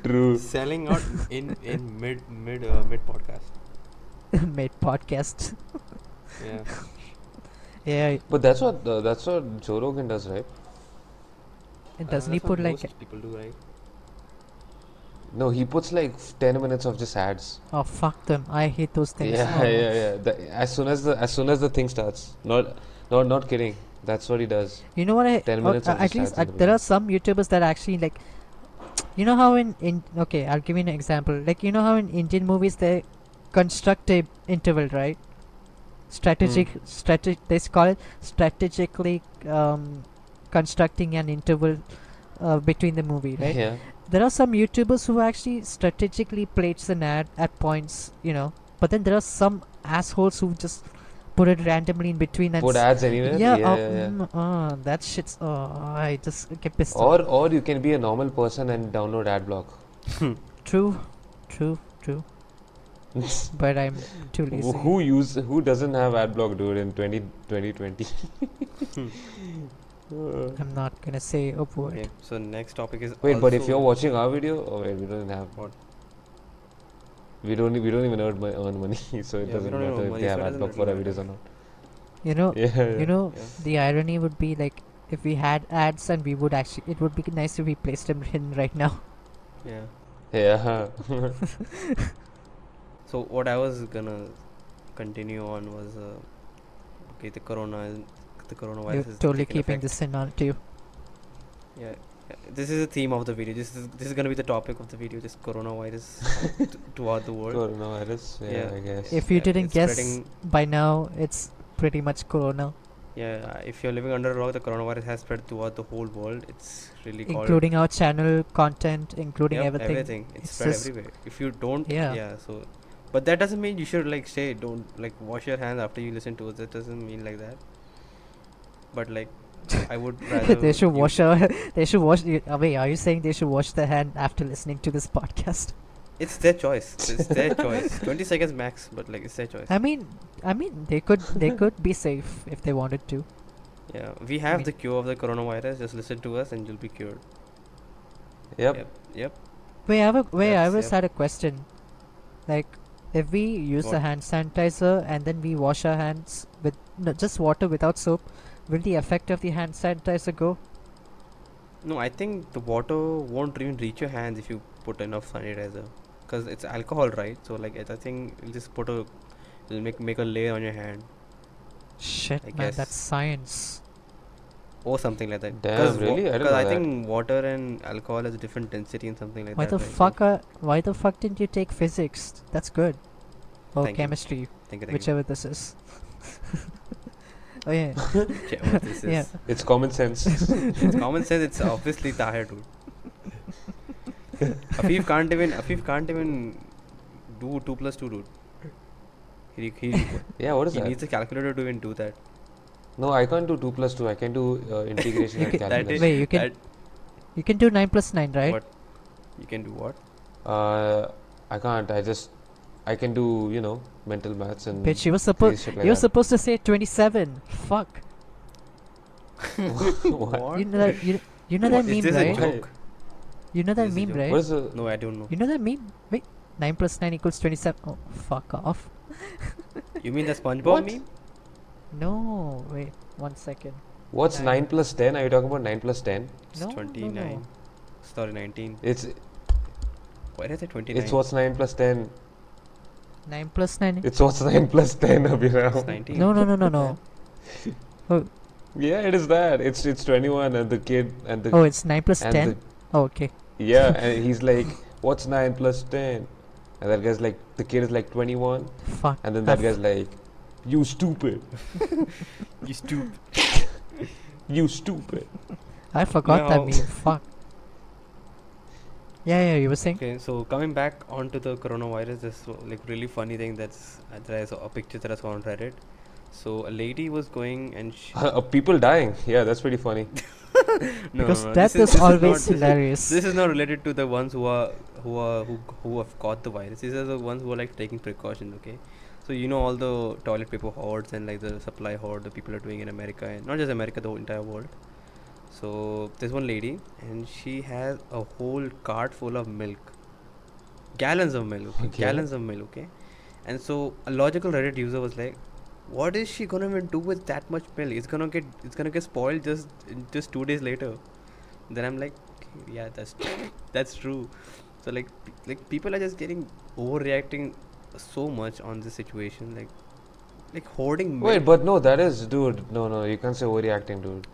Speaker 3: True.
Speaker 1: selling out in in mid mid uh, mid podcast.
Speaker 2: Made podcast.
Speaker 1: Yeah.
Speaker 2: Yeah.
Speaker 3: But that's what uh, that's what Joe Rogan does, right?
Speaker 2: And
Speaker 1: Uh,
Speaker 2: doesn't he
Speaker 1: that's what
Speaker 2: put like?
Speaker 1: most people do right?
Speaker 3: No, he puts like f- ten minutes of just ads.
Speaker 2: Oh fuck them! I hate those things.
Speaker 3: [laughs] Yeah,
Speaker 2: Oh,
Speaker 3: yeah, yeah. The, as soon as the as soon as the thing starts, not not not kidding. That's what he does.
Speaker 2: You know what? I,
Speaker 3: 10
Speaker 2: uh,
Speaker 3: minutes
Speaker 2: uh,
Speaker 3: of
Speaker 2: at
Speaker 3: just
Speaker 2: least
Speaker 3: ads
Speaker 2: uh,
Speaker 3: in the
Speaker 2: there are
Speaker 3: minute.
Speaker 2: some YouTubers that actually like. You know how in in okay, I'll give you an example. Like you know how in Indian movies they construct a interval, right? Strategic,
Speaker 3: Hmm.
Speaker 2: strategic. They s- call it strategically um, constructing an interval uh, between the movie, right?
Speaker 3: [laughs] Yeah.
Speaker 2: There are some YouTubers who actually strategically plates an ad at points, you know. But then there are some assholes who just put it randomly in between and
Speaker 3: Put
Speaker 2: s-
Speaker 3: ads anywhere.
Speaker 2: yeah,
Speaker 3: yeah,
Speaker 2: uh,
Speaker 3: yeah. yeah.
Speaker 2: mm, uh, that shit's. Oh, I just get pissed off.
Speaker 3: Or or you can be a normal person and download ad block.
Speaker 2: True, true, true. but I'm too lazy.
Speaker 3: [laughs] Who use who doesn't have ad block, dude? In 20, 2020. [laughs] Uh,
Speaker 2: I'm not gonna say a word.
Speaker 1: Okay. So next topic is
Speaker 3: Wait, but if
Speaker 1: also-
Speaker 3: you're watching our video, oh wait, we don't have.
Speaker 1: What?
Speaker 3: We don't. e-, We don't even earn, mo- earn money, [laughs] so
Speaker 1: Yeah,
Speaker 3: it
Speaker 1: we
Speaker 3: doesn't
Speaker 1: don't even
Speaker 3: matter
Speaker 1: earn
Speaker 3: if
Speaker 1: money,
Speaker 3: they
Speaker 1: so
Speaker 3: have
Speaker 1: it
Speaker 3: ad
Speaker 1: doesn't
Speaker 3: block for our
Speaker 1: really
Speaker 3: videos or not.
Speaker 2: You know,
Speaker 3: [laughs] Yeah.
Speaker 2: you know,
Speaker 1: Yeah.
Speaker 2: the irony would be like if we had ads and we would actually. It would be nice if we placed them in right now.
Speaker 1: yeah.
Speaker 2: [laughs]
Speaker 3: Yeah. [laughs]
Speaker 1: So what I was gonna continue on was uh, okay the corona is- the coronavirus
Speaker 2: You're
Speaker 1: is
Speaker 2: totally
Speaker 1: taking
Speaker 2: keeping
Speaker 1: effect.
Speaker 2: this in, aren't you?
Speaker 1: Yeah. yeah. This is the theme of the video. This is this is gonna be the topic of the video. This coronavirus t- throughout the world.
Speaker 3: Coronavirus. Yeah,
Speaker 1: Yeah.
Speaker 3: I guess.
Speaker 2: If you
Speaker 1: Yeah,
Speaker 2: didn't
Speaker 1: it's
Speaker 2: guess
Speaker 1: spreading-
Speaker 2: by now, it's pretty much Corona,
Speaker 1: Yeah, if you're living under a rock, the coronavirus has spread throughout the whole world. It's really called
Speaker 2: including our channel content, including
Speaker 1: Yep,
Speaker 2: everything.
Speaker 1: It's,
Speaker 2: It's
Speaker 1: spread
Speaker 2: just-
Speaker 1: everywhere. If you don't,
Speaker 2: Yeah.
Speaker 1: yeah. So, but that doesn't mean you should like say don't like wash your hands after you listen to us. That doesn't mean like that. But like, I would rather
Speaker 2: [laughs] [laughs] they should
Speaker 1: you-
Speaker 2: wash our. [laughs] They should wash. y- uh, Wait, are you saying they should wash their hand after listening to this podcast?
Speaker 1: It's their choice. It's their
Speaker 2: [laughs]
Speaker 1: choice. Twenty seconds max, but like it's their choice.
Speaker 2: I mean, I mean, they could.
Speaker 1: [laughs]
Speaker 2: They could be safe if they wanted to.
Speaker 1: yeah, we have
Speaker 2: mean-
Speaker 1: the cure of the coronavirus. Just listen to us, and you'll be cured.
Speaker 3: Yep.
Speaker 1: Yep. Yep.
Speaker 2: Wait, I have a, wait. I
Speaker 1: That's-
Speaker 2: always
Speaker 1: yep.
Speaker 2: had a question. Like, if we use the
Speaker 1: What?
Speaker 2: hand sanitizer and then we wash our hands with no, just water without soap, will the effect of the hand sanitizer go?
Speaker 1: No, I think the water won't even reach your hands if you put enough sanitizer, because it's alcohol, right? So like, it, I think it'll just put a, it'll make make a layer on your hand.
Speaker 2: Shit,
Speaker 1: I
Speaker 2: man,
Speaker 1: guess.
Speaker 2: that's science.
Speaker 1: or something like that.
Speaker 3: Damn,
Speaker 1: 'Cause wa-
Speaker 3: really? I didn't
Speaker 1: 'cause
Speaker 3: know
Speaker 1: I
Speaker 3: that.
Speaker 1: think water and alcohol has different density and something like
Speaker 2: Why
Speaker 1: that.
Speaker 2: the
Speaker 1: right? So-
Speaker 2: fuck are, Why the fuck didn't you take physics? That's good. Or
Speaker 1: Thank you.
Speaker 2: chemistry,
Speaker 1: Thank you, thank you. [laughs]
Speaker 2: whichever this is. [laughs] oh yeah.
Speaker 1: Che- what this
Speaker 2: [laughs] Yeah.
Speaker 1: is.
Speaker 3: It's
Speaker 2: [laughs]
Speaker 3: common sense. [laughs]
Speaker 1: It's common sense. It's obviously Tahir, dude. Afif can't even. Afif can't even do two plus two, dude. He, he,
Speaker 3: yeah. What is
Speaker 1: he
Speaker 3: that?
Speaker 1: needs a calculator to even do that.
Speaker 3: No, I can't do two plus two. I can do uh, integration and
Speaker 2: can-
Speaker 1: That is,
Speaker 3: calculus.
Speaker 2: Wait, you can-
Speaker 1: that,
Speaker 2: You can do nine plus nine, right?
Speaker 1: What? You can do what?
Speaker 3: Uh, I can't. I just. I can do you know mental maths and.
Speaker 2: Bitch, you were supposed
Speaker 3: crazy shit like
Speaker 2: you were
Speaker 3: that.
Speaker 2: supposed to say twenty-seven. Fuck.
Speaker 3: [laughs]
Speaker 2: [laughs]
Speaker 3: What?
Speaker 2: You know that you, you know that
Speaker 1: What? Is
Speaker 2: meme,
Speaker 1: this a
Speaker 2: right?
Speaker 3: Why?
Speaker 1: joke?
Speaker 2: You know that
Speaker 1: Is this a
Speaker 2: meme,
Speaker 1: joke?
Speaker 2: right?
Speaker 3: [laughs] What is the?
Speaker 1: No, I don't know.
Speaker 2: You know that meme? Wait, nine plus nine equals twenty-seven. Oh, fuck off.
Speaker 1: You mean the SpongeBob
Speaker 3: What?
Speaker 1: meme?
Speaker 2: No, wait, one second.
Speaker 3: What's
Speaker 2: Nine.
Speaker 3: nine plus ten? Are you talking about nine plus ten?
Speaker 1: It's
Speaker 2: No, no, no.
Speaker 1: 29. Sorry, 19.
Speaker 3: It's
Speaker 1: Why did I say 29?
Speaker 3: it's what's nine plus ten.
Speaker 2: 9 plus 9?
Speaker 3: It's also 9 [laughs] plus 10,
Speaker 1: It's
Speaker 3: Abhirav.
Speaker 1: 19.
Speaker 2: No, no, no, no,
Speaker 1: [laughs]
Speaker 2: no.
Speaker 3: Yeah, it is that. It's it's 21 and the kid and the
Speaker 2: Oh, it's 9 plus
Speaker 3: and
Speaker 2: 10? Oh, okay.
Speaker 3: The, yeah, and he's like, "What's 9 plus 10?" And that guy's like, the kid is like 21,
Speaker 2: Fuck.
Speaker 3: and then that guy's like, "You stupid.
Speaker 1: You stupid.
Speaker 3: You
Speaker 1: [laughs]
Speaker 3: stupid."
Speaker 2: I forgot that
Speaker 1: No.
Speaker 2: meme. Fuck. Yeah, yeah, you were saying?
Speaker 1: Okay, so coming back onto the coronavirus, this w- like really funny thing that's uh, that I saw a picture that I saw on Reddit. So a lady was going and she,
Speaker 3: Uh, people dying. Yeah, that's pretty
Speaker 1: [laughs]
Speaker 3: funny.
Speaker 1: [laughs] no,
Speaker 2: because
Speaker 1: no, no,
Speaker 2: that
Speaker 1: this is, this is
Speaker 2: is,
Speaker 1: [laughs] not-
Speaker 2: always
Speaker 1: this is-
Speaker 2: hilarious.
Speaker 1: This is not related to the ones who are who are who, g- who have caught the virus. These are the ones who are like taking precautions. Okay, so you know all the toilet paper hoards and like the supply hoard the people are doing in America and not just America, the whole entire world. So there's one lady and she has a whole cart full of milk, gallons of milk, okay?
Speaker 3: Okay.
Speaker 1: gallons of milk. Okay, and so a logical Reddit user was like. What is she gonna even do with that much milk? It's gonna get it's gonna get spoiled just just two days later. Then I'm like, yeah, that's that's true. [laughs] So like p- like people are just getting overreacting so much on this situation, like like hoarding milk.
Speaker 3: Wait, but no, that is, dude. No, no, you can't say overreacting, dude.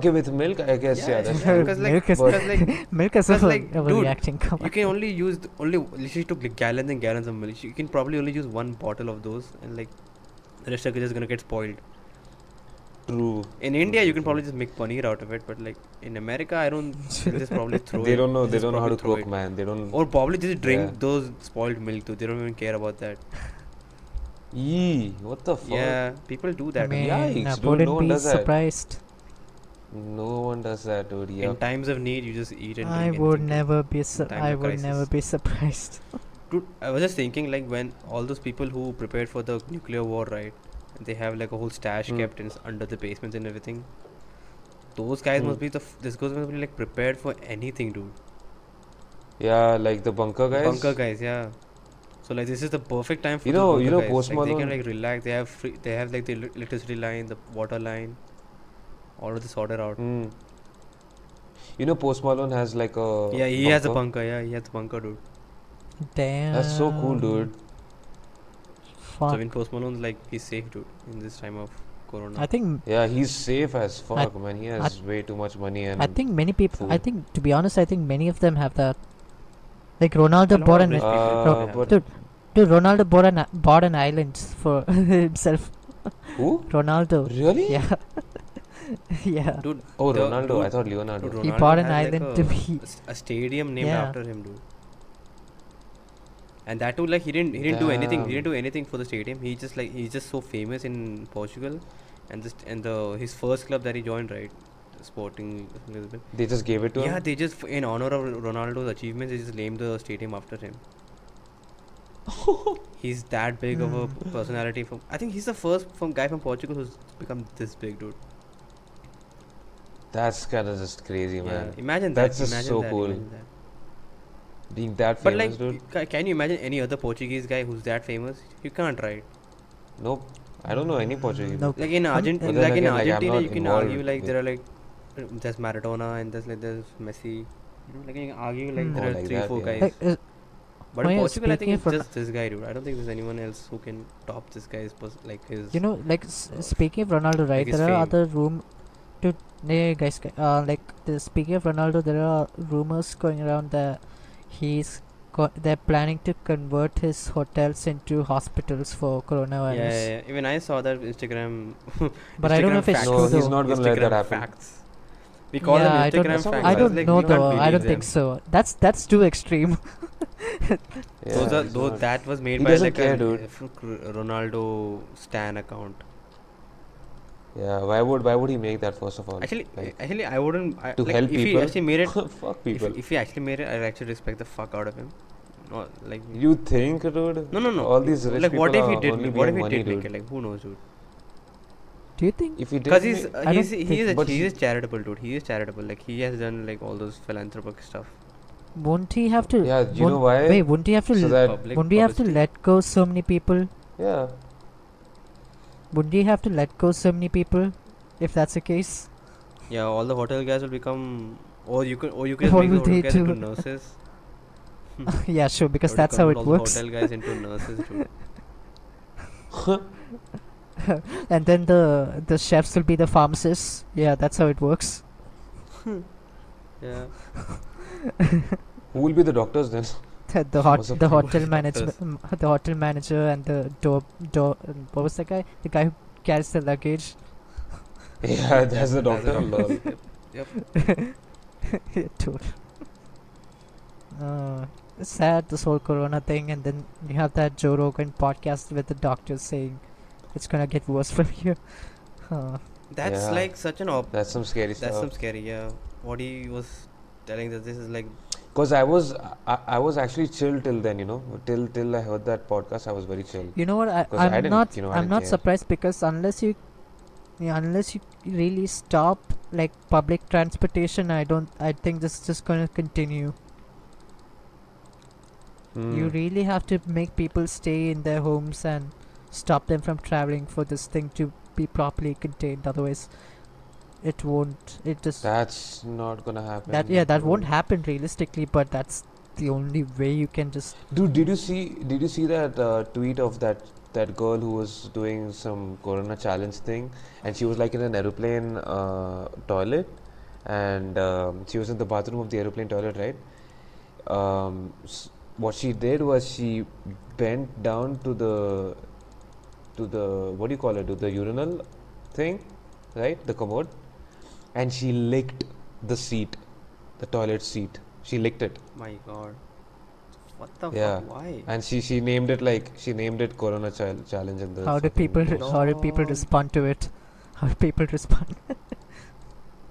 Speaker 3: Okay, with milk, I guess. Yeah,
Speaker 1: [laughs]
Speaker 3: that's
Speaker 1: yeah,
Speaker 3: true.
Speaker 1: because like,
Speaker 2: Milk is-
Speaker 1: because like
Speaker 2: Milk is
Speaker 1: Because,
Speaker 2: over,
Speaker 1: like, dude,
Speaker 2: overreacting. Come on.
Speaker 1: you can only use th- only w- she took like gallons and gallons of milk. You can probably only use one bottle of those, and like the rest of it is gonna get spoiled.
Speaker 3: True.
Speaker 1: In India, you can probably just make paneer out of it, but like in America, I don't. They'll just
Speaker 3: [laughs]
Speaker 1: probably throw.
Speaker 3: They
Speaker 1: it.
Speaker 3: don't know.
Speaker 1: They'll
Speaker 3: They
Speaker 1: just
Speaker 3: don't know how to
Speaker 1: probably throw
Speaker 3: cook,
Speaker 1: it.
Speaker 3: man. They don't.
Speaker 1: Or probably just drink
Speaker 3: Yeah.
Speaker 1: those spoiled milk too. They don't even care about that.
Speaker 3: Yee, what the fuck?
Speaker 1: Yeah, people do that.
Speaker 2: Man,
Speaker 3: Yikes,
Speaker 2: I
Speaker 3: dude,
Speaker 2: wouldn't
Speaker 3: no one
Speaker 2: be
Speaker 3: does that.
Speaker 2: surprised.
Speaker 3: No one does that, dude. Yeah.
Speaker 1: In times of need, you just eat and drink
Speaker 2: I
Speaker 1: anything,
Speaker 2: would
Speaker 1: dude.
Speaker 2: never be sur-
Speaker 1: time
Speaker 2: I
Speaker 1: of
Speaker 2: would never
Speaker 1: crisis.
Speaker 2: be [laughs] surprised.
Speaker 1: Dude, I was just thinking, like, when all those people who prepared for the nuclear war, right? They have like a whole stash
Speaker 3: Mm.
Speaker 1: kept in s- under the basements and everything. Those guys must
Speaker 3: Mm.
Speaker 1: be the f- this guys must be like prepared for anything, dude.
Speaker 3: Yeah, like the bunker guys.
Speaker 1: Bunker guys, yeah. So like, this is the perfect time for
Speaker 3: You
Speaker 1: those
Speaker 3: know- you
Speaker 1: bunker
Speaker 3: know,
Speaker 1: guys.
Speaker 3: Post
Speaker 1: like, they can
Speaker 3: Malone-
Speaker 1: like relax. They have free, they have like the el- electricity line, the water line, all of this order out.
Speaker 3: Mm. You know, Post Malone has like a.
Speaker 1: yeah, he has a bunker. Yeah, he has a bunker, dude.
Speaker 2: Damn.
Speaker 3: That's so cool, dude.
Speaker 1: So
Speaker 2: Fuck.
Speaker 1: when Post Malone's like, he's safe, dude, in this time of Corona.
Speaker 2: I think
Speaker 3: Yeah, he's safe as fuck, man. He has way too much money and.
Speaker 2: I think many people. I
Speaker 3: food.
Speaker 2: think to be honest, I think many of them have that. Like Ronaldo bought an
Speaker 3: rich people Uh, don't have but-
Speaker 2: dude, dude, Ronaldo bought an bought an island for [laughs] himself.
Speaker 3: Who?
Speaker 2: Ronaldo.
Speaker 3: Really?
Speaker 2: Yeah. [laughs] yeah.
Speaker 1: dude,
Speaker 3: Oh,
Speaker 1: The-
Speaker 3: Ronaldo.
Speaker 1: dude-
Speaker 3: I thought Leonardo.
Speaker 1: dude,
Speaker 2: he
Speaker 1: Ronaldo
Speaker 2: bought an
Speaker 1: has, like,
Speaker 2: island
Speaker 1: a-
Speaker 2: to be.
Speaker 1: [laughs] a s- a stadium named
Speaker 2: Yeah.
Speaker 1: after him, dude. And that too, like he didn't he didn't do anything. He didn't do anything for the stadium. He just like he's just so famous in Portugal, and this and the his first club that he joined, right, Sporting Lisbon.
Speaker 3: They just gave it to
Speaker 1: Yeah,
Speaker 3: him.
Speaker 1: they just in honor of Ronaldo's achievements, they just named the stadium after him. he's that big of a p- personality. From I think he's the first from guy from Portugal who's become this big, dude.
Speaker 3: That's kind of just crazy, man.
Speaker 1: imagine
Speaker 3: That's
Speaker 1: that.
Speaker 3: just
Speaker 1: imagine
Speaker 3: so
Speaker 1: that,
Speaker 3: cool.
Speaker 1: imagine that.
Speaker 3: Being that
Speaker 1: But like,
Speaker 3: famous, dude.
Speaker 1: ca- can you imagine any other Portuguese guy who's that famous? You can't, right?
Speaker 3: Nope. I don't know any Portuguese.
Speaker 2: Nope.
Speaker 1: Like in Argentina,
Speaker 3: But then
Speaker 1: like in
Speaker 3: again, like, I'm
Speaker 1: Argentina,
Speaker 3: not
Speaker 1: you can
Speaker 3: involved
Speaker 1: argue like
Speaker 3: with-
Speaker 1: there are like uh, there's Maradona and there's like there's Messi. You know, like you can argue like
Speaker 2: Hmm.
Speaker 1: there
Speaker 3: Oh,
Speaker 1: are
Speaker 3: like
Speaker 1: three,
Speaker 3: that,
Speaker 1: four
Speaker 3: yeah.
Speaker 1: guys.
Speaker 2: Like, uh,
Speaker 1: but
Speaker 2: oh
Speaker 1: in
Speaker 2: yeah,
Speaker 1: Portugal, I think
Speaker 2: speaking
Speaker 1: it's
Speaker 2: of-
Speaker 1: just this guy, dude. I don't think there's anyone else who can top this guy's pers- like his.
Speaker 2: you know, like s- speaking of Ronaldo, right?
Speaker 1: his
Speaker 2: there are
Speaker 1: fame.
Speaker 2: other room. Dude, yeah, guys. ca- Uh, like the, speaking of Ronaldo, there are rumors going around that he's. Co- they're planning to convert his hotels into hospitals for
Speaker 1: yeah,
Speaker 2: coronavirus.
Speaker 1: yeah, yeah. even I saw that Instagram.
Speaker 2: But I don't know
Speaker 1: Instagram
Speaker 2: if it's
Speaker 1: facts.
Speaker 3: No,
Speaker 2: true
Speaker 3: he's
Speaker 2: though.
Speaker 3: not gonna let
Speaker 1: Instagram
Speaker 3: that happen.
Speaker 1: Facts. We call
Speaker 2: yeah,
Speaker 1: them
Speaker 2: I don't,
Speaker 1: Instagram
Speaker 3: That's not
Speaker 1: facts.
Speaker 3: gonna
Speaker 2: I don't
Speaker 1: like,
Speaker 2: know
Speaker 1: you can't
Speaker 2: though. I
Speaker 1: believe
Speaker 2: don't
Speaker 1: them.
Speaker 2: think so. That's that's too extreme. [laughs]
Speaker 3: Yeah,
Speaker 1: those are
Speaker 3: he's
Speaker 1: those
Speaker 3: not.
Speaker 1: that was made
Speaker 3: He
Speaker 1: by
Speaker 3: doesn't
Speaker 1: like
Speaker 3: care,
Speaker 1: a
Speaker 3: dude.
Speaker 1: Ronaldo stan account.
Speaker 3: Yeah, why would why would he make that first of all?
Speaker 1: Actually,
Speaker 3: like,
Speaker 1: actually, I wouldn't. I,
Speaker 3: to
Speaker 1: like,
Speaker 3: [laughs] help
Speaker 1: if
Speaker 3: people?
Speaker 1: he actually made it,
Speaker 3: fuck
Speaker 1: if,
Speaker 3: people.
Speaker 1: if he actually made it, I'd actually respect the fuck out of him. No, like
Speaker 3: You think, dude?
Speaker 1: no, no, no.
Speaker 3: All these rich
Speaker 1: like
Speaker 3: people
Speaker 1: what if he
Speaker 3: are
Speaker 1: did?
Speaker 3: only
Speaker 1: ma- What if
Speaker 3: being
Speaker 1: he
Speaker 3: money,
Speaker 1: did make
Speaker 3: dude.
Speaker 1: it? Like who knows, dude?
Speaker 2: Do you think?
Speaker 3: If he did,
Speaker 1: Because he's
Speaker 3: make-
Speaker 1: uh,
Speaker 2: I
Speaker 1: he's
Speaker 2: don't
Speaker 1: he is
Speaker 2: think-
Speaker 1: a,
Speaker 3: but
Speaker 1: he
Speaker 3: he-
Speaker 1: is charitable, dude. He is charitable. Like he has done like all those philanthropic stuff.
Speaker 2: Won't he have to?
Speaker 3: yeah, you know
Speaker 2: won't-
Speaker 3: why?
Speaker 2: Wait, wouldn't he have to?
Speaker 3: so
Speaker 2: l-
Speaker 3: that
Speaker 1: Public
Speaker 2: wouldn't he have to
Speaker 1: publicity.
Speaker 2: let go so many people?
Speaker 3: yeah,
Speaker 2: Wouldn't he have to let go so many people? If that's the case,
Speaker 1: Yeah,
Speaker 2: [laughs]
Speaker 1: all the hotel guys will become, or oh, you could, or you can
Speaker 2: What
Speaker 1: make the
Speaker 2: will they [laughs]
Speaker 1: hotel guys into
Speaker 2: do?
Speaker 1: nurses.
Speaker 2: [laughs] yeah, sure, because
Speaker 1: How to
Speaker 2: that's how it
Speaker 1: convert all the
Speaker 2: works.
Speaker 1: Hotel guys into nurses,
Speaker 2: [laughs]
Speaker 1: dude.
Speaker 2: and then the the chefs will be the pharmacists. Yeah, that's how it works.
Speaker 1: Yeah.
Speaker 3: Who will be the doctors then? [laughs]
Speaker 2: The, the hot
Speaker 3: Must have
Speaker 2: the
Speaker 3: been
Speaker 2: hotel
Speaker 1: [laughs]
Speaker 2: management the hotel manager and the door door um, what was that guy? The guy who carries the luggage.
Speaker 3: yeah, [laughs] that's the
Speaker 1: That's a
Speaker 3: doctor. Lol.
Speaker 1: Yep. yep.
Speaker 2: Yeah, dude. Uh, it's sad this whole corona thing, and then you have that Joe Rogan podcast with the doctor saying it's gonna get worse [laughs] from here. Uh,
Speaker 1: [laughs] That's
Speaker 3: Yeah.
Speaker 1: like such an op.
Speaker 3: That's some scary
Speaker 1: That's
Speaker 3: stuff.
Speaker 1: some scary. Yeah. What he was telling us, this is like
Speaker 3: Because I was I, I was actually chill till then, you know. Till till I heard that podcast, I was very chill.
Speaker 2: you know what? I,
Speaker 3: 'Cause I
Speaker 2: I'm
Speaker 3: didn't-
Speaker 2: not.
Speaker 3: you know, I
Speaker 2: I'm
Speaker 3: didn't
Speaker 2: not
Speaker 3: care.
Speaker 2: surprised because unless you, yeah, unless you really stop like public transportation, I don't. I think this is just gonna continue. You
Speaker 3: Hmm.
Speaker 2: really have to make people stay in their homes and stop them from traveling for this thing to be properly contained. Otherwise, it won't. It just
Speaker 3: That's not gonna happen.
Speaker 2: that yeah that won't
Speaker 3: dude.
Speaker 2: happen realistically. But that's the only way you can just
Speaker 3: Dude, did you see did you see that uh, tweet of that that girl who was doing some corona challenge thing and she was like in an aeroplane uh, toilet and um, she was in the bathroom of the aeroplane toilet, right? Um, s- what she did was she bent down to the to the what do you call it to the urinal thing, right? The commode, and she licked the seat, the toilet seat. She licked it.
Speaker 1: my god. What the
Speaker 3: Yeah.
Speaker 1: fuck? Why?
Speaker 3: And she she named it like she named it Corona Chal- Challenge in the.
Speaker 2: how do
Speaker 3: fucking
Speaker 2: people re-
Speaker 3: post.
Speaker 2: how do people
Speaker 1: No.
Speaker 2: respond to it? How do people [laughs] respond?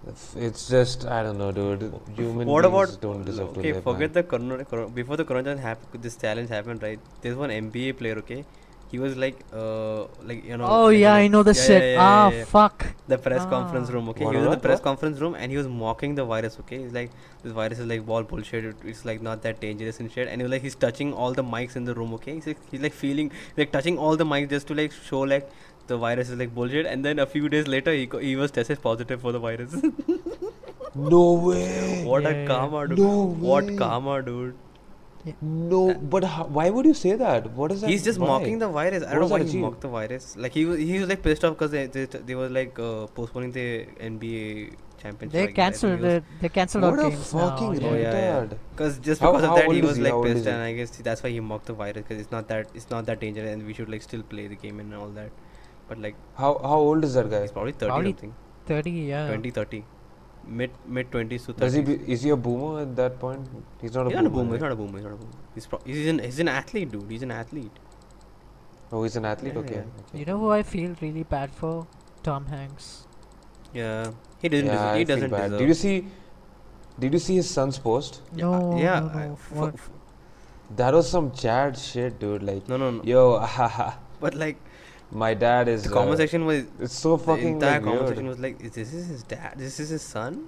Speaker 3: It's- It's just I don't know, dude. Human
Speaker 1: what
Speaker 3: beings
Speaker 1: about
Speaker 3: don't deserve to
Speaker 1: okay?
Speaker 3: live.
Speaker 1: forget
Speaker 3: man.
Speaker 1: the corona, corona before the corona challenge happened. This challenge happened, right? There's one NBA player. Okay, he was like, uh, like you know.
Speaker 2: oh
Speaker 1: like, you
Speaker 2: yeah,
Speaker 1: know-
Speaker 2: I know the
Speaker 1: yeah,
Speaker 2: shit.
Speaker 1: yeah, yeah,
Speaker 2: ah
Speaker 1: yeah, yeah.
Speaker 2: fuck.
Speaker 1: the press conference
Speaker 2: Ah.
Speaker 1: room okay
Speaker 3: What
Speaker 1: he was in the
Speaker 3: about-
Speaker 1: press
Speaker 3: what?
Speaker 1: conference room and he was mocking the virus okay he's like this virus is like all bullshit it- it's like not that dangerous and shit and he was like he's touching all the mics in the room okay he's like, he's like feeling like touching all the mics just to like show like the virus is like bullshit and then a few days later he, go, he was tested positive for the virus [laughs]
Speaker 3: No way.
Speaker 1: what a
Speaker 2: Yeah, yeah.
Speaker 1: karma dude
Speaker 3: No
Speaker 1: what
Speaker 3: way.
Speaker 1: karma dude
Speaker 3: No, but ho- why would you say that? What is that?
Speaker 1: he's just
Speaker 3: why?
Speaker 1: mocking the virus i
Speaker 3: What
Speaker 1: don't know
Speaker 3: does
Speaker 1: why
Speaker 3: that
Speaker 1: he
Speaker 3: achieve?
Speaker 1: mocked the virus like he was he was like pissed off because they, they they were like uh, postponing the nba championship I guess. I
Speaker 2: They
Speaker 1: think he
Speaker 2: cancelled
Speaker 1: was-
Speaker 2: it. They cancelled
Speaker 3: What
Speaker 2: our
Speaker 3: a
Speaker 2: games now.
Speaker 3: fucking
Speaker 2: yeah.
Speaker 1: Oh, yeah, yeah.
Speaker 3: retard.
Speaker 1: Because just
Speaker 3: How-
Speaker 1: because
Speaker 3: how
Speaker 1: of that,
Speaker 3: old
Speaker 1: he
Speaker 3: is
Speaker 1: was
Speaker 3: he?
Speaker 1: like
Speaker 3: How old is
Speaker 1: pissed,
Speaker 3: he?
Speaker 1: and I guess that's why he mocked the virus. Because it's not that it's not that dangerous, and we should like still play the game and all that. But like
Speaker 3: How how old is that guy?
Speaker 1: he's probably thirty
Speaker 2: Probably
Speaker 1: something,
Speaker 2: Thirty, yeah.
Speaker 1: twenty thirty, mid mid twenties to
Speaker 3: Does
Speaker 1: thirty.
Speaker 3: he be, is he a boomer at that point? He's not a
Speaker 1: He's not a
Speaker 3: boomer.
Speaker 1: boomer. He's
Speaker 3: right?
Speaker 1: not a boomer. He's not a boomer. He's pro- he's an he's an athlete, dude. He's an athlete.
Speaker 3: Oh, he's an athlete.
Speaker 1: Yeah,
Speaker 3: okay.
Speaker 1: yeah.
Speaker 3: okay.
Speaker 2: You know who I feel really bad for? Tom Hanks.
Speaker 1: Yeah, he didn't. deserve,
Speaker 3: Yeah, I
Speaker 1: he
Speaker 3: feel
Speaker 1: doesn't
Speaker 3: bad.
Speaker 1: deserve.
Speaker 3: Did you see? Did you see his son's post?
Speaker 1: Yeah,
Speaker 2: No,
Speaker 1: I- Uh, yeah.
Speaker 2: no,
Speaker 1: I-
Speaker 2: no,
Speaker 1: f-
Speaker 2: what?
Speaker 1: f-
Speaker 3: That was some Chad shit, dude. Like,
Speaker 1: no, no, no.
Speaker 3: yo, [laughs] haha,
Speaker 1: But like
Speaker 3: my dad is.
Speaker 1: the
Speaker 3: uh,
Speaker 1: conversation was
Speaker 3: It's so
Speaker 1: the
Speaker 3: fucking
Speaker 1: entire
Speaker 3: like,
Speaker 1: conversation
Speaker 3: weird.
Speaker 1: was like, is this is his dad? This is his son?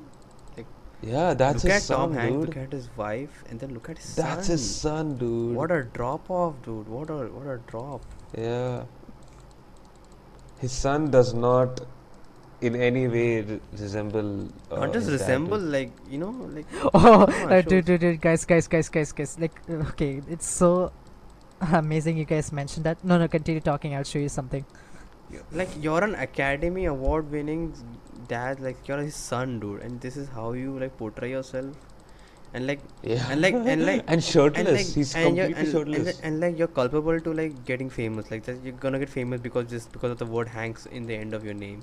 Speaker 3: Yeah, that's
Speaker 1: look
Speaker 3: his
Speaker 1: at Tom
Speaker 3: son,
Speaker 1: Hanks. Look
Speaker 3: dude.
Speaker 1: at his wife, and then look at his son.
Speaker 3: That's his son, dude.
Speaker 1: What a drop off, dude. What a what a drop.
Speaker 3: Yeah. His son does not, in any way, re- resemble. Uh,
Speaker 1: Not just
Speaker 3: his dad,
Speaker 1: resemble,
Speaker 3: dude.
Speaker 1: like you know, like
Speaker 2: [laughs] [laughs] Oh,
Speaker 1: Come on,
Speaker 2: uh,
Speaker 1: show
Speaker 2: dude,
Speaker 1: us.
Speaker 2: dude, dude, guys, guys, guys, guys, guys. Like, uh, okay, it's so amazing you guys mentioned that. No, no, continue talking. I'll show you something.
Speaker 1: you- like you're an Academy Award winning dad. Like you're his son, dude, and this is how you like portray yourself. And like
Speaker 3: Yeah.
Speaker 1: and like- and like-
Speaker 3: [laughs] and
Speaker 1: and
Speaker 3: shirtless.
Speaker 1: like
Speaker 3: He's
Speaker 1: and you're-
Speaker 3: completely
Speaker 1: and, and,
Speaker 3: shirtless.
Speaker 1: the- and like you're culpable to like getting famous. Like that you're gonna get famous because just because of the word Hanks in the end of your name.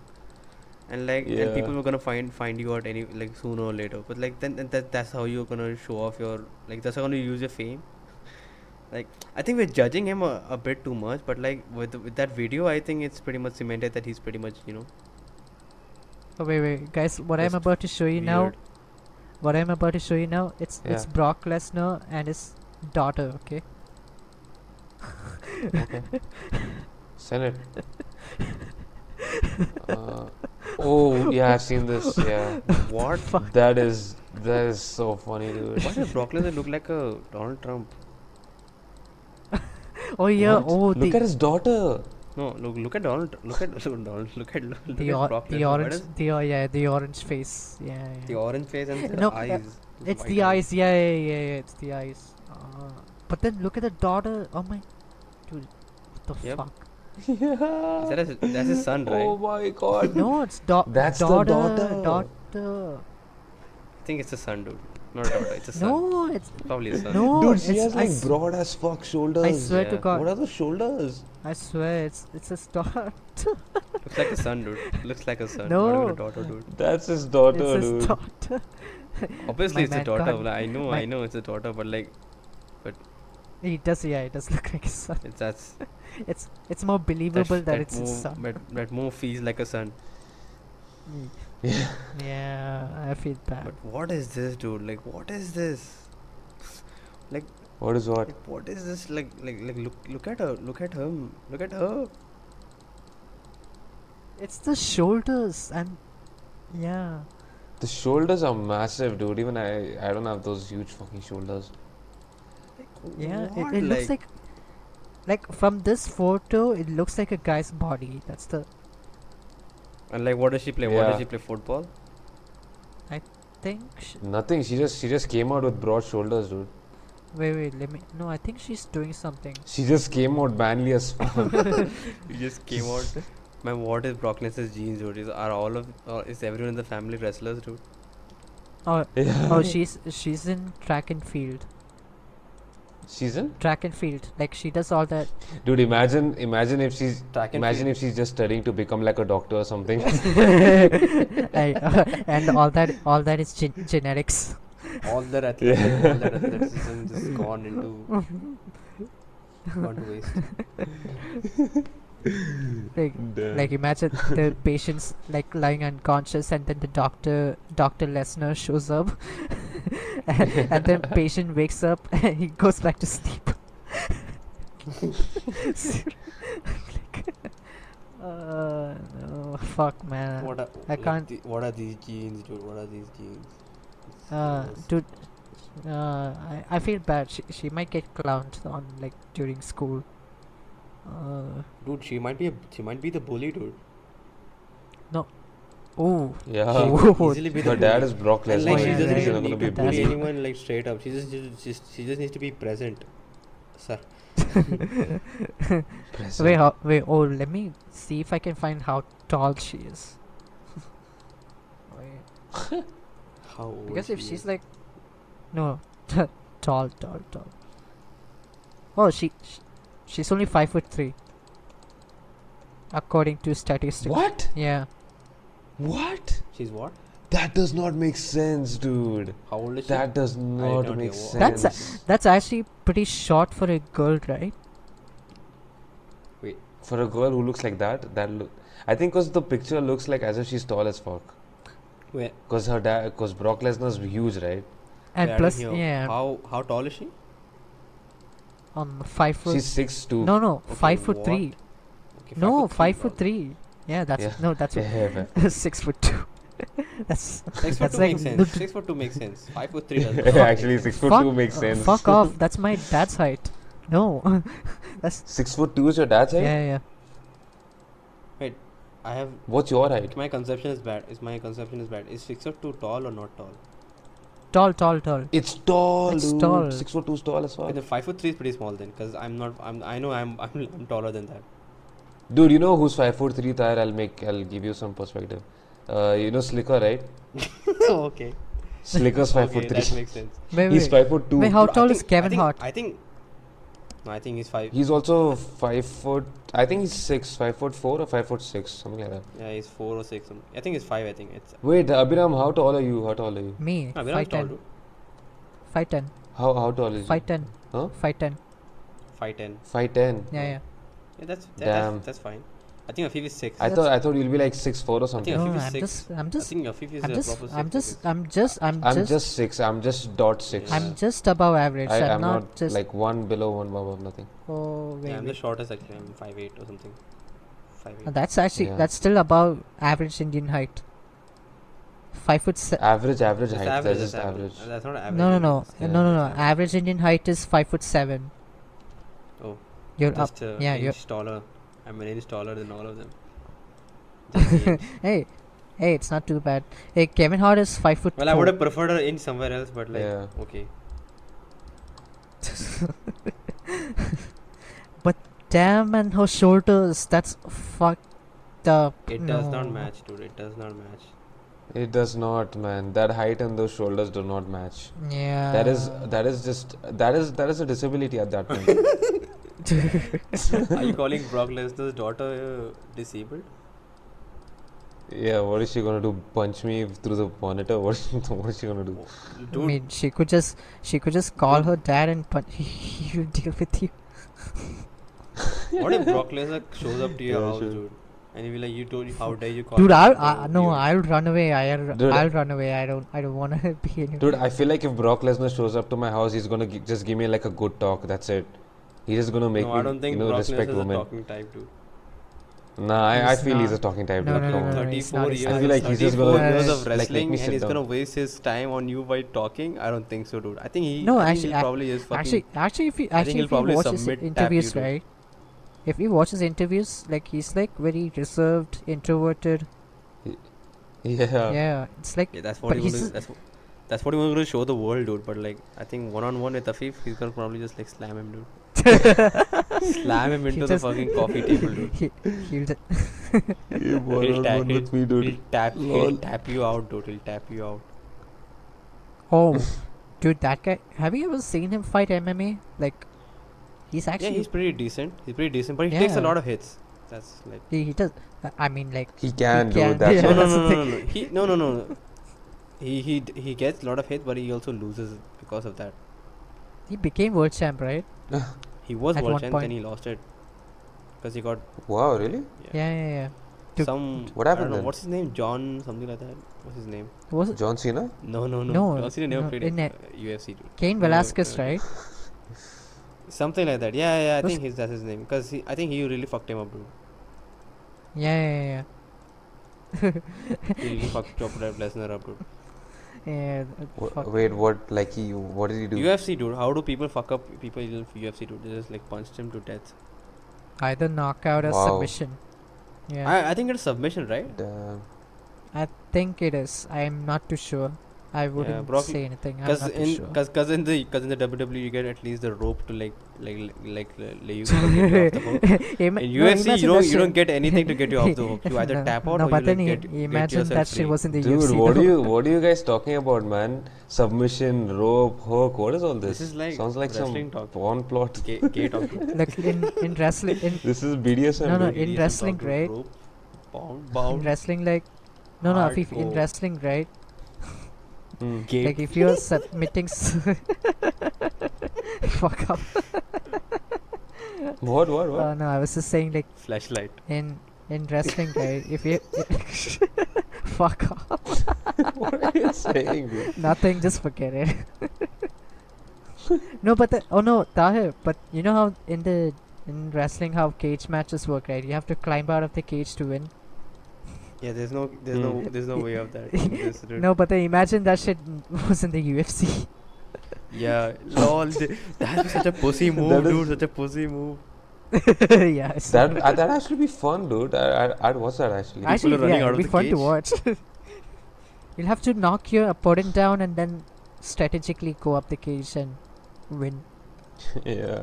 Speaker 1: And like and
Speaker 3: Yeah.
Speaker 1: people were gonna find find you out any like sooner or later. But like then then that that's how you're gonna show off your like that's how you're gonna use your fame. Like I think we're judging him a, a bit too much, but like with with that video, I think it's pretty much cemented that he's pretty much you know.
Speaker 2: Oh, wait, wait, guys. What
Speaker 1: Just
Speaker 2: I'm about to show you now,
Speaker 1: weird.
Speaker 2: [laughs] what I'm about to show you now, it's it's
Speaker 3: Yeah.
Speaker 2: Brock Lesnar and his daughter. Okay.
Speaker 3: okay. Send it. Uh, oh yeah, I've seen
Speaker 1: [laughs]
Speaker 3: this. Yeah,
Speaker 1: What?
Speaker 3: that is that is so funny, dude.
Speaker 1: Why does Brock Lesnar look like a Donald Trump?
Speaker 2: Oh yeah.
Speaker 3: What?
Speaker 2: Oh
Speaker 3: Look
Speaker 2: the
Speaker 3: at his daughter.
Speaker 1: No, look look at Donald. Look at [laughs] look at Donald. Look at look
Speaker 2: the,
Speaker 1: at
Speaker 2: or-
Speaker 1: Brock
Speaker 2: the
Speaker 1: Lesnar. Why
Speaker 2: orange
Speaker 1: does-
Speaker 2: the oh yeah the orange face. Yeah. yeah.
Speaker 1: The orange face and the
Speaker 2: No, uh,
Speaker 1: eyes. Oh
Speaker 2: it's
Speaker 1: White
Speaker 2: the eyes. Yeah, yeah, yeah, yeah. It's the eyes. Uh, but then look at the daughter. Oh my, dude, what the
Speaker 1: Yep.
Speaker 2: fuck?
Speaker 1: Is that his, that's his son, right?
Speaker 3: [laughs] Oh my god.
Speaker 2: No, it's da-
Speaker 3: [laughs] That's the
Speaker 2: daughter.
Speaker 3: daughter.
Speaker 2: daughter.
Speaker 1: I think it's a son, dude. Not a daughter. It's a son.
Speaker 2: No, it's
Speaker 1: Probably a son.
Speaker 2: no.
Speaker 3: Dude, she
Speaker 2: it's-
Speaker 3: has
Speaker 2: I
Speaker 3: like
Speaker 2: s-
Speaker 3: broad as fuck shoulders.
Speaker 2: I swear to
Speaker 1: Yeah.
Speaker 2: God,
Speaker 3: What are those shoulders?
Speaker 2: I swear it's it's a star.
Speaker 1: Looks like a son, dude. Looks like a son. Not even
Speaker 2: No.
Speaker 1: a daughter, dude.
Speaker 3: That's his daughter,
Speaker 2: [laughs] it's a
Speaker 3: dude.
Speaker 2: daughter. [laughs]
Speaker 1: Obviously,
Speaker 2: My
Speaker 1: it's a
Speaker 2: man,
Speaker 1: daughter.
Speaker 2: God.
Speaker 1: like, I know,
Speaker 2: My-
Speaker 1: I know, it's a daughter, but like,
Speaker 2: He does, yeah, it does look like his son.
Speaker 1: it's that's
Speaker 2: It's it's more
Speaker 1: that,
Speaker 2: believable that,
Speaker 1: that,
Speaker 2: it's his
Speaker 1: move,
Speaker 2: son.
Speaker 1: that, that move feels like a son.
Speaker 2: Mm.
Speaker 3: [laughs] Yeah.
Speaker 2: Yeah, I feel bad.
Speaker 1: But what is this, dude? Like, what is this?
Speaker 3: What is what?
Speaker 1: Like, what is this? Like, like, like, look, look at her. Look at him. Look at her.
Speaker 2: It's the shoulders and yeah.
Speaker 3: The shoulders are massive, dude. Even I, I don't have those huge fucking shoulders.
Speaker 2: Yeah,
Speaker 1: What?
Speaker 2: it, it looks like like from this photo, it looks like a guy's body. That's the
Speaker 1: And like, what does she play? What
Speaker 3: Yeah.
Speaker 1: does she play? Football?
Speaker 2: thing. Sh-
Speaker 3: Nothing. She just, she just came out with broad shoulders, dude.
Speaker 2: wait, wait, let me. No, I think she's doing something.
Speaker 3: She just came out manly as fuck. [laughs]
Speaker 1: You just came out. Man, what is Brock Lesnar's genes, dude? Is, are all of uh, is everyone in the family wrestlers, dude?
Speaker 2: Oh,
Speaker 3: yeah.
Speaker 2: oh, she's she's in track and field.
Speaker 3: She's in.
Speaker 2: Track and field, like she does all that. [laughs]
Speaker 3: Dude, imagine, imagine if she's,
Speaker 1: Track and
Speaker 3: imagine if she's just studying to become like a doctor or something. [laughs]
Speaker 2: I- [laughs] and all that, all that is gen- genetics.
Speaker 1: all that athleticism, all that athleticism just gone into gone to waste.
Speaker 2: [laughs] [laughs] Like, like imagine the patient's like lying unconscious and then the doctor dr lesnar shows up [laughs] and, and then patient wakes up [laughs] and he goes back to sleep [laughs] Ser- like, uh, no, fuck man
Speaker 1: What are,
Speaker 2: I
Speaker 1: like
Speaker 2: can't-
Speaker 1: the- what are these genes, dude? What are these genes? It's
Speaker 2: uh,
Speaker 1: gross.
Speaker 2: dude uh, I, I feel bad she, she might get clowned on like during school uh,
Speaker 1: dude, she might be a, she might be the bully, [laughs] dude.
Speaker 2: oh
Speaker 1: She
Speaker 3: yeah.
Speaker 2: Oh.
Speaker 1: could easily be the
Speaker 3: Her dad
Speaker 1: bully.
Speaker 3: is Brock
Speaker 1: And
Speaker 3: Lesnar.
Speaker 1: like
Speaker 2: Oh,
Speaker 1: she
Speaker 2: yeah,
Speaker 1: doesn't
Speaker 2: yeah,
Speaker 3: He's
Speaker 2: yeah.
Speaker 3: not
Speaker 1: even
Speaker 3: gonna
Speaker 1: need
Speaker 3: be
Speaker 1: to
Speaker 2: But
Speaker 3: a
Speaker 2: that's
Speaker 1: bully
Speaker 3: bully.
Speaker 2: what-
Speaker 1: anyone like straight up. She just, just, just she just needs to be present. Sir,
Speaker 2: wait how, wait oh let me see if i can find how tall she is [laughs] wait
Speaker 1: how old?
Speaker 2: Because if
Speaker 1: she
Speaker 2: she's
Speaker 1: is.
Speaker 2: like, no, [laughs] tall, tall, tall. Oh, she, sh she's only five foot three, according to statistics.
Speaker 3: What?
Speaker 2: Yeah,
Speaker 3: What?
Speaker 1: she's what?
Speaker 3: That does not make sense, dude.
Speaker 1: How old is she?
Speaker 3: That does not
Speaker 1: don't
Speaker 3: make
Speaker 1: know.
Speaker 3: sense.
Speaker 2: That's a- that's actually pretty short for a girl, right?
Speaker 3: for a girl who looks like that. That look. I think because the picture looks like as if she's tall as fuck.
Speaker 1: Wait,
Speaker 3: Because her dad, because Brock Lesnar's huge,
Speaker 1: wait,
Speaker 2: And
Speaker 3: right?
Speaker 1: I don't
Speaker 2: plus,
Speaker 1: hear.
Speaker 2: yeah,
Speaker 1: How how tall is she?
Speaker 2: on five foot.
Speaker 3: She's six two.
Speaker 2: no, no,
Speaker 1: Okay,
Speaker 2: five foot
Speaker 1: what?
Speaker 2: three.
Speaker 1: Okay,
Speaker 2: no, five
Speaker 1: three,
Speaker 2: foot three. Yeah, that's
Speaker 3: Yeah.
Speaker 2: no, that's [laughs]
Speaker 3: [laughs] [laughs] Yeah, yeah,
Speaker 2: six foot two. [laughs] that's
Speaker 1: probably. Six foot
Speaker 2: That's
Speaker 1: two
Speaker 2: like
Speaker 1: makes sense. Six foot two makes sense. Five foot three doesn't.
Speaker 3: [laughs] yeah. Actually, six foot
Speaker 2: Fuck.
Speaker 3: two makes sense. [laughs]
Speaker 2: fuck off. That's my dad's height. No, that's
Speaker 3: Six foot two is your dad's height.
Speaker 2: yeah, yeah.
Speaker 1: I have
Speaker 3: What's your height?
Speaker 1: my conception is bad. Is my conception is bad. Is six foot two tall or not tall?
Speaker 2: Tall, tall, tall.
Speaker 3: It's tall,
Speaker 2: It's
Speaker 3: dude.
Speaker 2: tall.
Speaker 3: Six foot two is tall as
Speaker 1: But
Speaker 3: fuck.
Speaker 1: then five foot three is pretty small then, because I'm not. I'm. I know I'm. [laughs] I'm, I'm taller than
Speaker 2: [laughs]
Speaker 1: that.
Speaker 3: Dude, you know who's five foot three? Tyre, I'll make. I'll give you some perspective. Uh, you know Slicker,
Speaker 1: [laughs]
Speaker 3: right?
Speaker 1: okay.
Speaker 3: Slicker's five
Speaker 1: okay,
Speaker 3: foot three.
Speaker 1: that makes sense.
Speaker 2: Wait,
Speaker 3: He's
Speaker 2: wait.
Speaker 3: five foot two.
Speaker 2: Wait, how
Speaker 1: Bro, I
Speaker 2: tall is
Speaker 1: think- I
Speaker 2: Kevin
Speaker 1: think,
Speaker 2: Hart?
Speaker 1: I think. No, I think he's five.
Speaker 3: He's also five foot. I think he's six, five foot four or five foot six, something like that.
Speaker 1: yeah, he's four or six. some- I think he's five. I think it's.
Speaker 3: Wait, Abhiram, how tall are you? How tall are you?
Speaker 2: Me,
Speaker 1: Ah, Viram's tall,
Speaker 2: 5'10,
Speaker 1: dude.
Speaker 2: 5'10,
Speaker 3: How how tall is
Speaker 2: 5'10,
Speaker 3: you? Huh?
Speaker 2: 5'10.
Speaker 1: Five ten.
Speaker 3: Five ten.
Speaker 2: Yeah, yeah.
Speaker 1: Yeah, that's that,
Speaker 3: Damn.
Speaker 1: that's that's fine. I think Afif is six.
Speaker 3: I
Speaker 1: I,
Speaker 2: That's-
Speaker 3: thought I thought you'll be like six four or
Speaker 1: Yeah,
Speaker 3: something.
Speaker 1: think
Speaker 2: no,
Speaker 1: if he's
Speaker 2: I'm
Speaker 1: six-
Speaker 2: just, I'm just,
Speaker 1: think Afif is
Speaker 2: I'm
Speaker 1: a
Speaker 2: just,
Speaker 1: proper six.
Speaker 2: I'm
Speaker 1: I
Speaker 2: just,
Speaker 1: guess.
Speaker 2: I'm just, I'm
Speaker 3: I'm
Speaker 2: just,
Speaker 3: just six. I'm just dot six.
Speaker 2: I'm just above average.
Speaker 3: I,
Speaker 2: I,
Speaker 3: I'm
Speaker 2: am
Speaker 3: not,
Speaker 2: not, just.
Speaker 3: like one below, one above, nothing.
Speaker 2: oh wait.
Speaker 1: Yeah, I'm the
Speaker 2: wait.
Speaker 1: shortest actually. I'm five eight or something. Five
Speaker 2: Uh,
Speaker 1: eight.
Speaker 2: That's actually,
Speaker 3: Yeah.
Speaker 2: that's still above average Indian height. Five foot. Se-
Speaker 3: Average, average
Speaker 1: That's
Speaker 3: height.
Speaker 1: average.
Speaker 3: that's just average.
Speaker 1: average. Uh, That's not average.
Speaker 2: no, no,
Speaker 1: dude.
Speaker 2: no,
Speaker 1: That's
Speaker 2: no,
Speaker 3: Yeah.
Speaker 2: no, no. Average Indian height is five foot seven.
Speaker 1: Oh.
Speaker 2: You're up.
Speaker 1: Just uh,
Speaker 2: yeah, you're-
Speaker 1: inch taller. I'm an inch taller than all of
Speaker 2: [laughs]
Speaker 1: them. Just an inch.
Speaker 2: Hey, hey, it's not too bad. Hey, Kevin Hart is five foot.
Speaker 1: well, I
Speaker 2: four.
Speaker 1: would have preferred an inch somewhere else, but like,
Speaker 3: Yeah.
Speaker 1: okay.
Speaker 2: but damn, and her shoulders, that's fucked up.
Speaker 1: It does not
Speaker 2: No.
Speaker 1: match, dude. It does not match. [laughs]
Speaker 3: It does not, man. That height and those shoulders do not match.
Speaker 2: Yeah.
Speaker 3: That is that is
Speaker 2: [laughs]
Speaker 3: just that is that is a disability at that point.
Speaker 1: Are you calling Brock Lesnar's daughter uh, disabled?
Speaker 3: yeah, what is she gonna do? Punch me through the monitor? What [laughs] is, what is she gonna do?
Speaker 1: Dude,
Speaker 2: I mean, she could just she could just call her dad and [laughs] punch. He'll deal with you.
Speaker 1: what
Speaker 2: [laughs]
Speaker 1: if Brock Lesnar shows up to your
Speaker 3: Yeah,
Speaker 1: house,
Speaker 3: sure.
Speaker 1: dude? And he'll be like, "You told how dare you call?"
Speaker 2: Dude,
Speaker 1: me
Speaker 2: I'll,
Speaker 1: Brock
Speaker 2: I no,
Speaker 1: Lesnar?"
Speaker 2: I'll run away. I'll,
Speaker 3: Dude, I-
Speaker 2: I'll run away. I don't I don't want to [laughs] be anywhere.
Speaker 3: Dude, I feel like if Brock Lesnar shows up to my house, he's gonna gi- just give me like a good talk. That's it. He's just gonna make
Speaker 1: no,
Speaker 3: me
Speaker 1: I don't think
Speaker 3: you know
Speaker 1: Brock
Speaker 3: respect
Speaker 1: Lesnar's
Speaker 3: women.
Speaker 1: a talking type, dude.
Speaker 3: Nah, I, I
Speaker 2: He's
Speaker 3: feel he's a
Speaker 2: not.
Speaker 3: talking type.
Speaker 2: No,
Speaker 3: dude.
Speaker 2: no, no,
Speaker 3: Come on.
Speaker 2: no, no. it's not,
Speaker 1: 34
Speaker 2: it's
Speaker 1: years,
Speaker 2: not.
Speaker 3: I feel like he's just
Speaker 1: 34
Speaker 3: gonna-
Speaker 1: years of
Speaker 3: like, make
Speaker 1: wrestling
Speaker 3: me
Speaker 1: and
Speaker 3: sit
Speaker 1: he's
Speaker 3: down.
Speaker 1: gonna waste his time on you by talking. I don't think so, dude. I think he.
Speaker 2: No,
Speaker 1: I think
Speaker 2: actually,
Speaker 1: he
Speaker 2: I-
Speaker 1: probably is fucking.
Speaker 2: actually, actually, if he
Speaker 1: I
Speaker 2: actually
Speaker 1: think he'll
Speaker 2: if he
Speaker 1: probably
Speaker 2: watches
Speaker 1: submit tap
Speaker 2: interviews,
Speaker 1: YouTube.
Speaker 2: right? If he watches interviews, like he's like very reserved, introverted.
Speaker 3: Yeah.
Speaker 2: yeah, it's
Speaker 3: [laughs]
Speaker 2: like
Speaker 1: yeah, that's
Speaker 2: but
Speaker 1: what he
Speaker 2: he's
Speaker 1: was.
Speaker 2: just-
Speaker 1: That's, what- that's what he was gonna show the world, dude. But like, I think one on one with Afif, he's gonna probably just like slam him, dude.
Speaker 2: [laughs]
Speaker 1: Slam him
Speaker 2: He
Speaker 1: into the
Speaker 2: just-
Speaker 1: fucking coffee table,
Speaker 2: [laughs]
Speaker 1: dude.
Speaker 2: he, he'll ju-
Speaker 3: You
Speaker 1: He'll tap, he'll,
Speaker 3: with me, dude.
Speaker 1: he'll tap,
Speaker 3: Lol.
Speaker 1: he'll tap you out, dude. He'll tap you out.
Speaker 2: oh, dude, that guy. Have you ever seen him fight MMA? Like, he's actually
Speaker 1: yeah, he's pretty decent. He's pretty decent, but he takes a
Speaker 2: Yeah.
Speaker 1: lot of hits. That's like.
Speaker 2: he, he does. I- I mean, like
Speaker 3: He can,
Speaker 2: can,
Speaker 3: dude.
Speaker 2: [laughs] yeah.
Speaker 3: That's
Speaker 1: no,
Speaker 3: what-
Speaker 1: no,
Speaker 2: that's
Speaker 1: no,
Speaker 2: the
Speaker 1: no, no, no. He no, no, no. no. He he d- he gets a lot of hits, but he also loses because of that.
Speaker 2: he became world champ, right?
Speaker 1: He was
Speaker 2: At
Speaker 1: world
Speaker 2: one
Speaker 1: champ,
Speaker 2: point.
Speaker 1: then he lost it because he got
Speaker 3: Wow, really?
Speaker 1: Yeah.
Speaker 2: Yeah, yeah, yeah. Dude,
Speaker 1: some.
Speaker 3: What
Speaker 1: I don't
Speaker 3: happened
Speaker 1: know
Speaker 3: then?
Speaker 1: what's his name, John something like that. What's his name?
Speaker 2: Was it
Speaker 3: John Cena?
Speaker 1: No, no, no.
Speaker 2: No,
Speaker 1: John Cena never
Speaker 2: no,
Speaker 1: played
Speaker 2: in
Speaker 1: in
Speaker 2: a-
Speaker 1: UFC, dude.
Speaker 2: Kane
Speaker 1: No, no,
Speaker 2: Velasquez,
Speaker 1: no, no.
Speaker 2: right?
Speaker 1: Something like that. Yeah, yeah. I
Speaker 2: Was-
Speaker 1: think he's that's his name because I think he really fucked him up, dude.
Speaker 2: Yeah, yeah, yeah.
Speaker 1: He really
Speaker 2: [laughs]
Speaker 1: fucked Chopra Lesnar up, dude.
Speaker 2: Yeah, yeah th-
Speaker 3: Wha-
Speaker 2: fuck.
Speaker 3: Wait, what? Like he? What did he do?
Speaker 1: UFC, dude. How do people fuck up people in UFC, dude? They just like punched him to death.
Speaker 2: Either knockout or
Speaker 3: Wow.
Speaker 2: submission. Yeah.
Speaker 1: I, I think it's submission, right?
Speaker 3: Damn.
Speaker 2: I think it is. I'm not too sure. I wouldn't
Speaker 1: Brock-
Speaker 2: say anything. I'm
Speaker 1: Cause
Speaker 2: not too
Speaker 1: in,
Speaker 2: sure.
Speaker 1: cause, cause in the cause in the WWE you get at least the rope to like like like, like
Speaker 2: [laughs]
Speaker 1: lay you completely off the hook.
Speaker 2: Ima-
Speaker 1: In
Speaker 2: no,
Speaker 1: UFC
Speaker 2: imagine
Speaker 1: you don't
Speaker 2: that
Speaker 1: you don't
Speaker 2: shit-
Speaker 1: get anything to
Speaker 2: [laughs]
Speaker 1: get you off the hook. You either
Speaker 2: no,
Speaker 1: tap out
Speaker 2: no,
Speaker 1: or
Speaker 2: but
Speaker 1: you
Speaker 2: then
Speaker 1: like,
Speaker 2: he-
Speaker 1: get,
Speaker 2: he
Speaker 1: get
Speaker 2: imagine
Speaker 1: yourself
Speaker 2: that
Speaker 1: free.
Speaker 2: shit was in the
Speaker 3: Dude,
Speaker 2: UFC.
Speaker 3: what
Speaker 2: though.
Speaker 3: are you? What are you guys talking about, man? Submission, rope, hook. What is all this?
Speaker 1: This is like
Speaker 3: sounds like some
Speaker 1: wrestling talk. [laughs]
Speaker 3: porn plot.
Speaker 1: Ga- gate off
Speaker 2: [laughs]
Speaker 1: the
Speaker 2: Like in in wrestling in,
Speaker 3: This is BDSM.
Speaker 2: No, no,
Speaker 3: dude.
Speaker 2: in wrestling, right?
Speaker 1: Rope, bound,
Speaker 2: in
Speaker 1: bound,
Speaker 2: wrestling like no no Afif, in
Speaker 1: Hardcore.
Speaker 2: wrestling right
Speaker 3: Hmm.
Speaker 1: [laughs] gate.
Speaker 2: like if you're submitting s- [laughs] fuck up
Speaker 3: What? What? What?
Speaker 2: uh, no I was just saying like
Speaker 1: flashlight.
Speaker 2: in in wrestling right if [laughs] you fuck up Uh.
Speaker 3: [laughs] what are you saying? dude?
Speaker 2: nothing just forget it [laughs] no but the, oh no Tahir but you know how in the in wrestling how cage matches work right you have to climb out of the cage to win
Speaker 1: Yeah, there's no there's
Speaker 3: Hmm.
Speaker 1: no there's no way of
Speaker 2: [laughs]
Speaker 1: that. in this, dude.
Speaker 2: no but then imagine that shit [laughs] was in the UFC
Speaker 1: Yeah, lol. th- That's such a
Speaker 2: [laughs]
Speaker 1: pussy move,
Speaker 3: That is-
Speaker 1: dude. Such a pussy move.
Speaker 2: [laughs] yeah it's-
Speaker 3: That uh, that actually be fun, dude. I I I'd watch that actually.
Speaker 1: I-
Speaker 2: Actually,
Speaker 1: are running
Speaker 2: yeah,
Speaker 1: out of
Speaker 2: it'll be
Speaker 1: the
Speaker 2: fun to
Speaker 1: cage.
Speaker 2: watch. [laughs] You'll have to knock your opponent down and then strategically go up the cage and win.
Speaker 3: [laughs] yeah.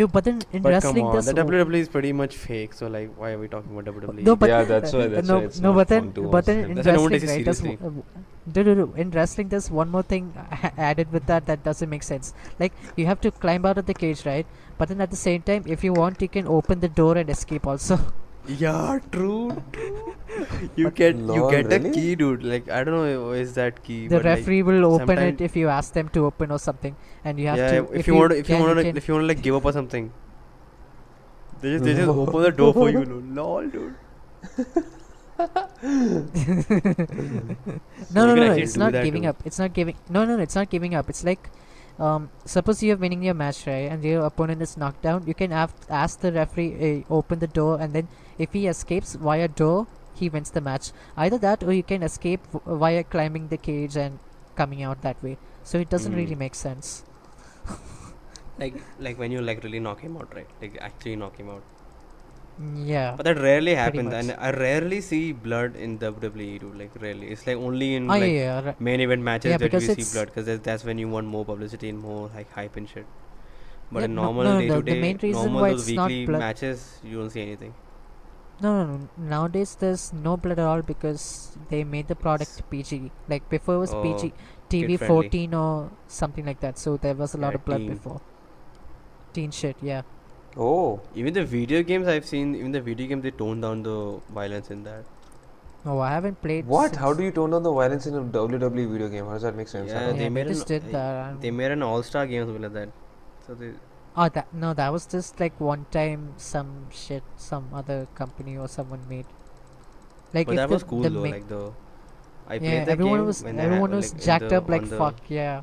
Speaker 2: Dude, but then in
Speaker 1: But come
Speaker 2: wrestling,
Speaker 1: on,
Speaker 2: there's
Speaker 1: the
Speaker 2: w-
Speaker 1: WWE is pretty much fake. So like, why are we talking about E? WWE?
Speaker 2: no, but
Speaker 3: yeah, that's
Speaker 2: uh,
Speaker 3: why. That's
Speaker 2: no,
Speaker 3: why it's
Speaker 2: no,
Speaker 3: not
Speaker 2: but
Speaker 3: fun
Speaker 2: then,
Speaker 3: to watch
Speaker 2: but then
Speaker 3: them.
Speaker 2: in
Speaker 1: That's why no one
Speaker 2: wrestling,
Speaker 1: takes it
Speaker 2: right? There's w-
Speaker 1: seriously.
Speaker 2: uh, w- dude, dude, dude, in wrestling, there's one more thing a- added with that that doesn't make sense. Like you have to climb out of the cage, right? But then at the same time, if you want, you can open the door and escape also.
Speaker 1: Yeah, true. you get you
Speaker 3: lol,
Speaker 1: get
Speaker 3: really?
Speaker 1: a key, dude. Like I don't know, what is that key?
Speaker 2: the
Speaker 1: but, like,
Speaker 2: referee will open
Speaker 1: sometime-
Speaker 2: it if you ask them to open or something, and you have
Speaker 1: yeah,
Speaker 2: to.
Speaker 1: if, you want, to, if you
Speaker 2: can,
Speaker 1: want, to,
Speaker 2: can-
Speaker 1: if you want to like give up or something, they just [laughs] they just open the door for you, [laughs] lol, lol, dude.
Speaker 2: no,
Speaker 1: [laughs] You
Speaker 2: no,
Speaker 1: can
Speaker 2: no, no,
Speaker 1: actually
Speaker 2: it's
Speaker 1: do
Speaker 2: not
Speaker 1: that
Speaker 2: giving
Speaker 1: too.
Speaker 2: up. It's not giving. No, no, no, it's not giving up. It's like, um, suppose you're winning your match, right? And your opponent is knocked down. You can af- ask the referee uh, open the door, and then if he escapes via door, he wins the match. Either that, or you can escape w- via climbing the cage and coming out that way. So it doesn't
Speaker 1: Hmm.
Speaker 3: Mm.
Speaker 2: really make sense.
Speaker 1: Like like when you like really knock him out, right? Like actually knock him out.
Speaker 2: Mm, Yeah.
Speaker 1: But that rarely
Speaker 2: Pretty
Speaker 1: happens,
Speaker 2: much.
Speaker 1: and I rarely see blood in WWE, dude. Like rarely, it's like only in
Speaker 2: oh
Speaker 1: like
Speaker 2: yeah. Right.
Speaker 1: main event matches
Speaker 2: Yeah,
Speaker 1: that
Speaker 2: because
Speaker 1: we see
Speaker 2: it's-
Speaker 1: blood because that's when you want more publicity and more like hype and shit. But
Speaker 2: Yeah,
Speaker 1: in
Speaker 2: no-
Speaker 1: normal
Speaker 2: no, no,
Speaker 1: day
Speaker 2: the-
Speaker 1: to
Speaker 2: the
Speaker 1: day,
Speaker 2: main reason
Speaker 1: normal
Speaker 2: why
Speaker 1: those
Speaker 2: it's not
Speaker 1: weekly
Speaker 2: pla-
Speaker 1: matches, you don't see anything.
Speaker 2: No, no, no. Nowadays there's no blood at all because they made the product PG. Like before it was
Speaker 1: Oh,
Speaker 2: PG, TV
Speaker 1: kid-friendly.
Speaker 2: 14 or something like that. So there was a lot
Speaker 1: Yeah,
Speaker 2: of blood
Speaker 1: teen.
Speaker 2: before. Teen shit, yeah.
Speaker 3: Oh,
Speaker 1: Even the video games I've seen, even the video games they tone down the violence in that.
Speaker 2: No, I haven't played.
Speaker 3: what? How
Speaker 2: since-
Speaker 3: do you tone down the violence in a WWE video game? How does that make sense? I
Speaker 1: Yeah,
Speaker 3: don't
Speaker 1: Uh, they
Speaker 2: Yeah, they
Speaker 1: made an,
Speaker 2: just did that,
Speaker 1: They
Speaker 2: um,
Speaker 1: made an all-star game or something like that. So they,
Speaker 2: Oh, that no, that was just like one time some shit some other company or someone made. Like
Speaker 1: but
Speaker 2: if
Speaker 1: that
Speaker 2: the,
Speaker 1: was cool
Speaker 2: the
Speaker 1: though.
Speaker 2: ma-
Speaker 1: Like the, I
Speaker 2: yeah,
Speaker 1: played that
Speaker 2: everyone
Speaker 1: game
Speaker 2: was
Speaker 1: when they had-
Speaker 2: everyone was
Speaker 1: like, in
Speaker 2: jacked
Speaker 1: the-
Speaker 2: up like
Speaker 1: on the-
Speaker 2: fuck. Yeah,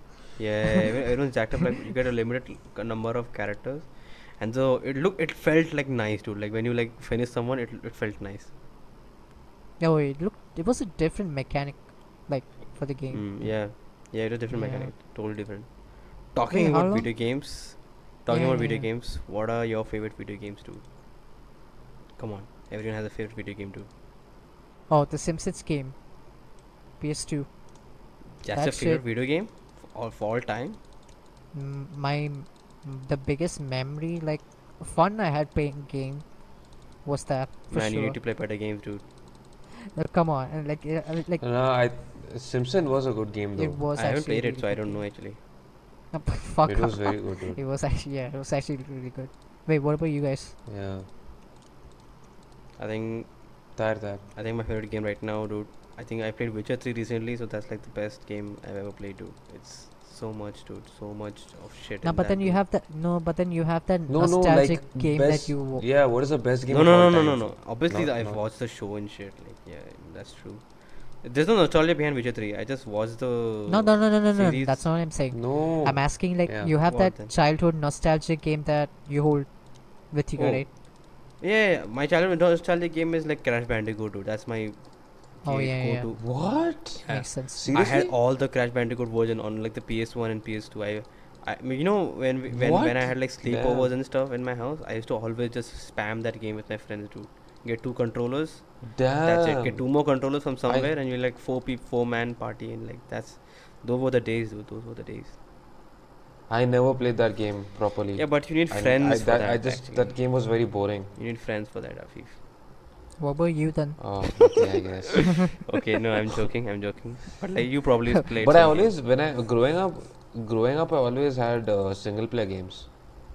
Speaker 1: Yeah, [laughs] every- everyone's jacked up. Like you get a limited c- number of characters, and so it look, it felt like nice, dude. Like when you like finish someone, it it felt nice.
Speaker 2: no, it looked it was a different mechanic, like for the game.
Speaker 1: Mm, yeah, yeah, it was different
Speaker 2: Yeah.
Speaker 1: mechanic, totally different. Talking about
Speaker 2: how long-
Speaker 1: video games, talking
Speaker 2: Yeah,
Speaker 1: about video
Speaker 2: yeah.
Speaker 1: games. What are your favorite video games, dude? Come on, everyone has a favorite video game, dude.
Speaker 2: Oh, the Simpsons game, PS2.
Speaker 1: Just a
Speaker 2: That
Speaker 1: favorite
Speaker 2: shit-
Speaker 1: video game, F- all for all time.
Speaker 2: M- my the biggest memory like fun I had playing game was that for
Speaker 1: Man,
Speaker 2: sure.
Speaker 1: you need to play better games, dude.
Speaker 2: Uh, come on, and like uh, uh, like
Speaker 3: know. No, I. Simpson was a good game though.
Speaker 2: it was.
Speaker 1: I haven't
Speaker 2: actually
Speaker 1: played it, so I
Speaker 2: really good
Speaker 1: don't
Speaker 2: game.
Speaker 1: know actually.
Speaker 2: No, [laughs] fuck
Speaker 3: It was
Speaker 2: off.
Speaker 3: very good. Dude.
Speaker 2: It was actually yeah, it was actually really good. Wait, what about you guys?
Speaker 3: Yeah.
Speaker 1: I think
Speaker 3: That that.
Speaker 1: I think my favorite game right now, dude. I think I played Witcher 3 recently, so that's like the best game I've ever played, dude. It's so much, dude. So much of shit.
Speaker 2: No,
Speaker 1: in
Speaker 2: but
Speaker 1: that,
Speaker 2: then you
Speaker 1: dude.
Speaker 2: have that no, but then you have that
Speaker 3: No, no,
Speaker 2: nostalgic
Speaker 3: like
Speaker 2: game
Speaker 3: best.
Speaker 2: that you wo-
Speaker 3: yeah, what is the best game?
Speaker 1: No,
Speaker 3: of
Speaker 1: no,
Speaker 3: all
Speaker 1: no, no, no,
Speaker 3: time?
Speaker 1: no. Obviously,
Speaker 3: Not-
Speaker 1: I've
Speaker 3: not-
Speaker 1: watched the show and shit. Like, yeah, that's true. There's no nostalgia behind Witcher 3. I just watched the.
Speaker 2: No, no, no, no, no, no.
Speaker 1: series-
Speaker 2: That's not what I'm saying.
Speaker 3: No.
Speaker 2: I'm asking like
Speaker 3: Yeah.
Speaker 2: you have
Speaker 1: What
Speaker 2: that
Speaker 1: then?
Speaker 2: childhood nostalgia game that you hold with you,
Speaker 1: Oh,
Speaker 2: right?
Speaker 1: Yeah, yeah, my childhood nostalgia game is like Crash Bandicoot, dude. That's my.
Speaker 2: Oh,
Speaker 1: ga-
Speaker 2: yeah, yeah.
Speaker 1: go-to.
Speaker 3: What?
Speaker 1: Yeah.
Speaker 2: Makes sense.
Speaker 1: I had
Speaker 3: Seriously?
Speaker 1: all the Crash Bandicoot version on like the PS1 and PS2. I, I I mean, you know when we- when when I
Speaker 3: What?
Speaker 1: had like
Speaker 3: Yeah.
Speaker 1: sleepovers and stuff in my house, I used to always just spam that game with my friends dude. Get two controllers.
Speaker 3: Damn.
Speaker 1: That's it. Get two more controllers from somewhere, and you're like four people, four man party, and like that's those were the days, dude. Those were the days.
Speaker 3: I never played that game properly.
Speaker 1: Yeah, but you need
Speaker 3: I- I-
Speaker 1: friends for
Speaker 3: that-
Speaker 1: that.
Speaker 3: I just
Speaker 1: actually.
Speaker 3: that game was very
Speaker 1: [laughs]
Speaker 3: boring.
Speaker 1: You need friends for that, Afif.
Speaker 2: What about you then?
Speaker 3: Oh, okay, I guess. [laughs]
Speaker 1: okay, no, I'm joking. I'm joking. But like you probably played.
Speaker 3: but I
Speaker 1: some game.
Speaker 3: always, when I growing up, growing up, I always had uh, single player games,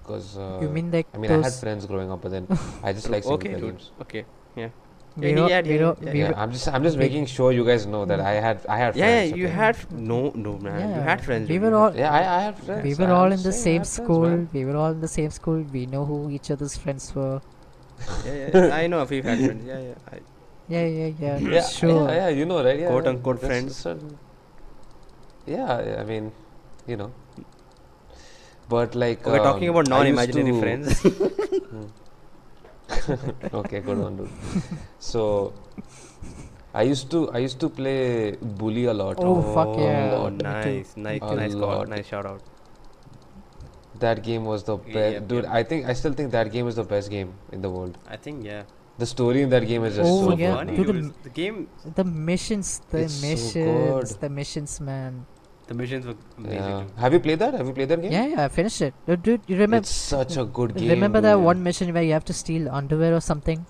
Speaker 3: because uh,
Speaker 2: you mean like
Speaker 3: I mean, I had
Speaker 2: those?
Speaker 3: friends growing up, but
Speaker 2: [laughs]
Speaker 3: then I just
Speaker 1: True.
Speaker 3: like single
Speaker 1: okay,
Speaker 3: player
Speaker 1: dude.
Speaker 3: games.
Speaker 1: Okay.
Speaker 2: we
Speaker 1: Yeah,
Speaker 2: were-
Speaker 1: yeah,
Speaker 2: we
Speaker 1: yeah,
Speaker 2: were-
Speaker 1: yeah,
Speaker 2: we
Speaker 3: yeah,
Speaker 2: were-
Speaker 3: I'm just, I'm just
Speaker 2: we-
Speaker 3: making sure you guys know that I had, I had.
Speaker 1: Yeah,
Speaker 3: friends,
Speaker 1: you
Speaker 3: okay?
Speaker 1: had f- no, no, man. You
Speaker 2: Yeah,
Speaker 1: had friends.
Speaker 2: we
Speaker 1: dude.
Speaker 2: were
Speaker 1: You had
Speaker 2: all-
Speaker 3: Yeah, I, I had friends.
Speaker 2: we were
Speaker 3: I'm
Speaker 2: all in the
Speaker 3: saying I
Speaker 2: same
Speaker 3: had friends,
Speaker 2: school.
Speaker 3: man.
Speaker 2: we were all in the same school. We know who each other's friends were.
Speaker 1: yeah,
Speaker 3: [laughs]
Speaker 1: yeah, I know a few had friends. Yeah, yeah. I,
Speaker 2: Yeah, yeah, yeah.
Speaker 3: Yeah,
Speaker 2: sure.
Speaker 3: Yeah, yeah, you know, right? Yeah,
Speaker 1: Quote
Speaker 3: yeah,
Speaker 1: unquote
Speaker 3: that's-
Speaker 1: friends.
Speaker 3: that's what- yeah, yeah, I mean, you know. But like,
Speaker 1: we're talking
Speaker 3: um,
Speaker 1: about
Speaker 3: I used
Speaker 1: non-imaginary
Speaker 3: to- [laughs]
Speaker 1: friends.
Speaker 3: okay, good one, dude. So, I used to I used to play bully a lot.
Speaker 2: Oh, fuck yeah.
Speaker 1: Oh,
Speaker 2: Me too.
Speaker 1: nice, nice,
Speaker 3: A
Speaker 1: nice call,
Speaker 3: lot.
Speaker 1: nice shout out.
Speaker 3: That game was the best,
Speaker 1: Yep,
Speaker 3: dude.
Speaker 1: yep.
Speaker 3: I think I still think that game is the best game in the world.
Speaker 1: I think yeah.
Speaker 3: The story in that game is just
Speaker 2: Oh,
Speaker 3: so
Speaker 2: yeah,
Speaker 3: good.
Speaker 1: funny,
Speaker 3: man.
Speaker 2: to
Speaker 1: dude.
Speaker 2: the
Speaker 1: It's- The game,
Speaker 2: The missions, the
Speaker 3: It's so
Speaker 2: missions,
Speaker 3: good.
Speaker 2: the missions, man.
Speaker 1: the missions were amazing.
Speaker 3: Yeah.
Speaker 1: Dude.
Speaker 3: Have you played that? Have you played that game?
Speaker 2: Yeah, yeah, I finished it. Uh, Dude, you remember
Speaker 3: It's such a good game.
Speaker 2: remember that
Speaker 3: dude.
Speaker 2: one mission where you have to steal underwear or something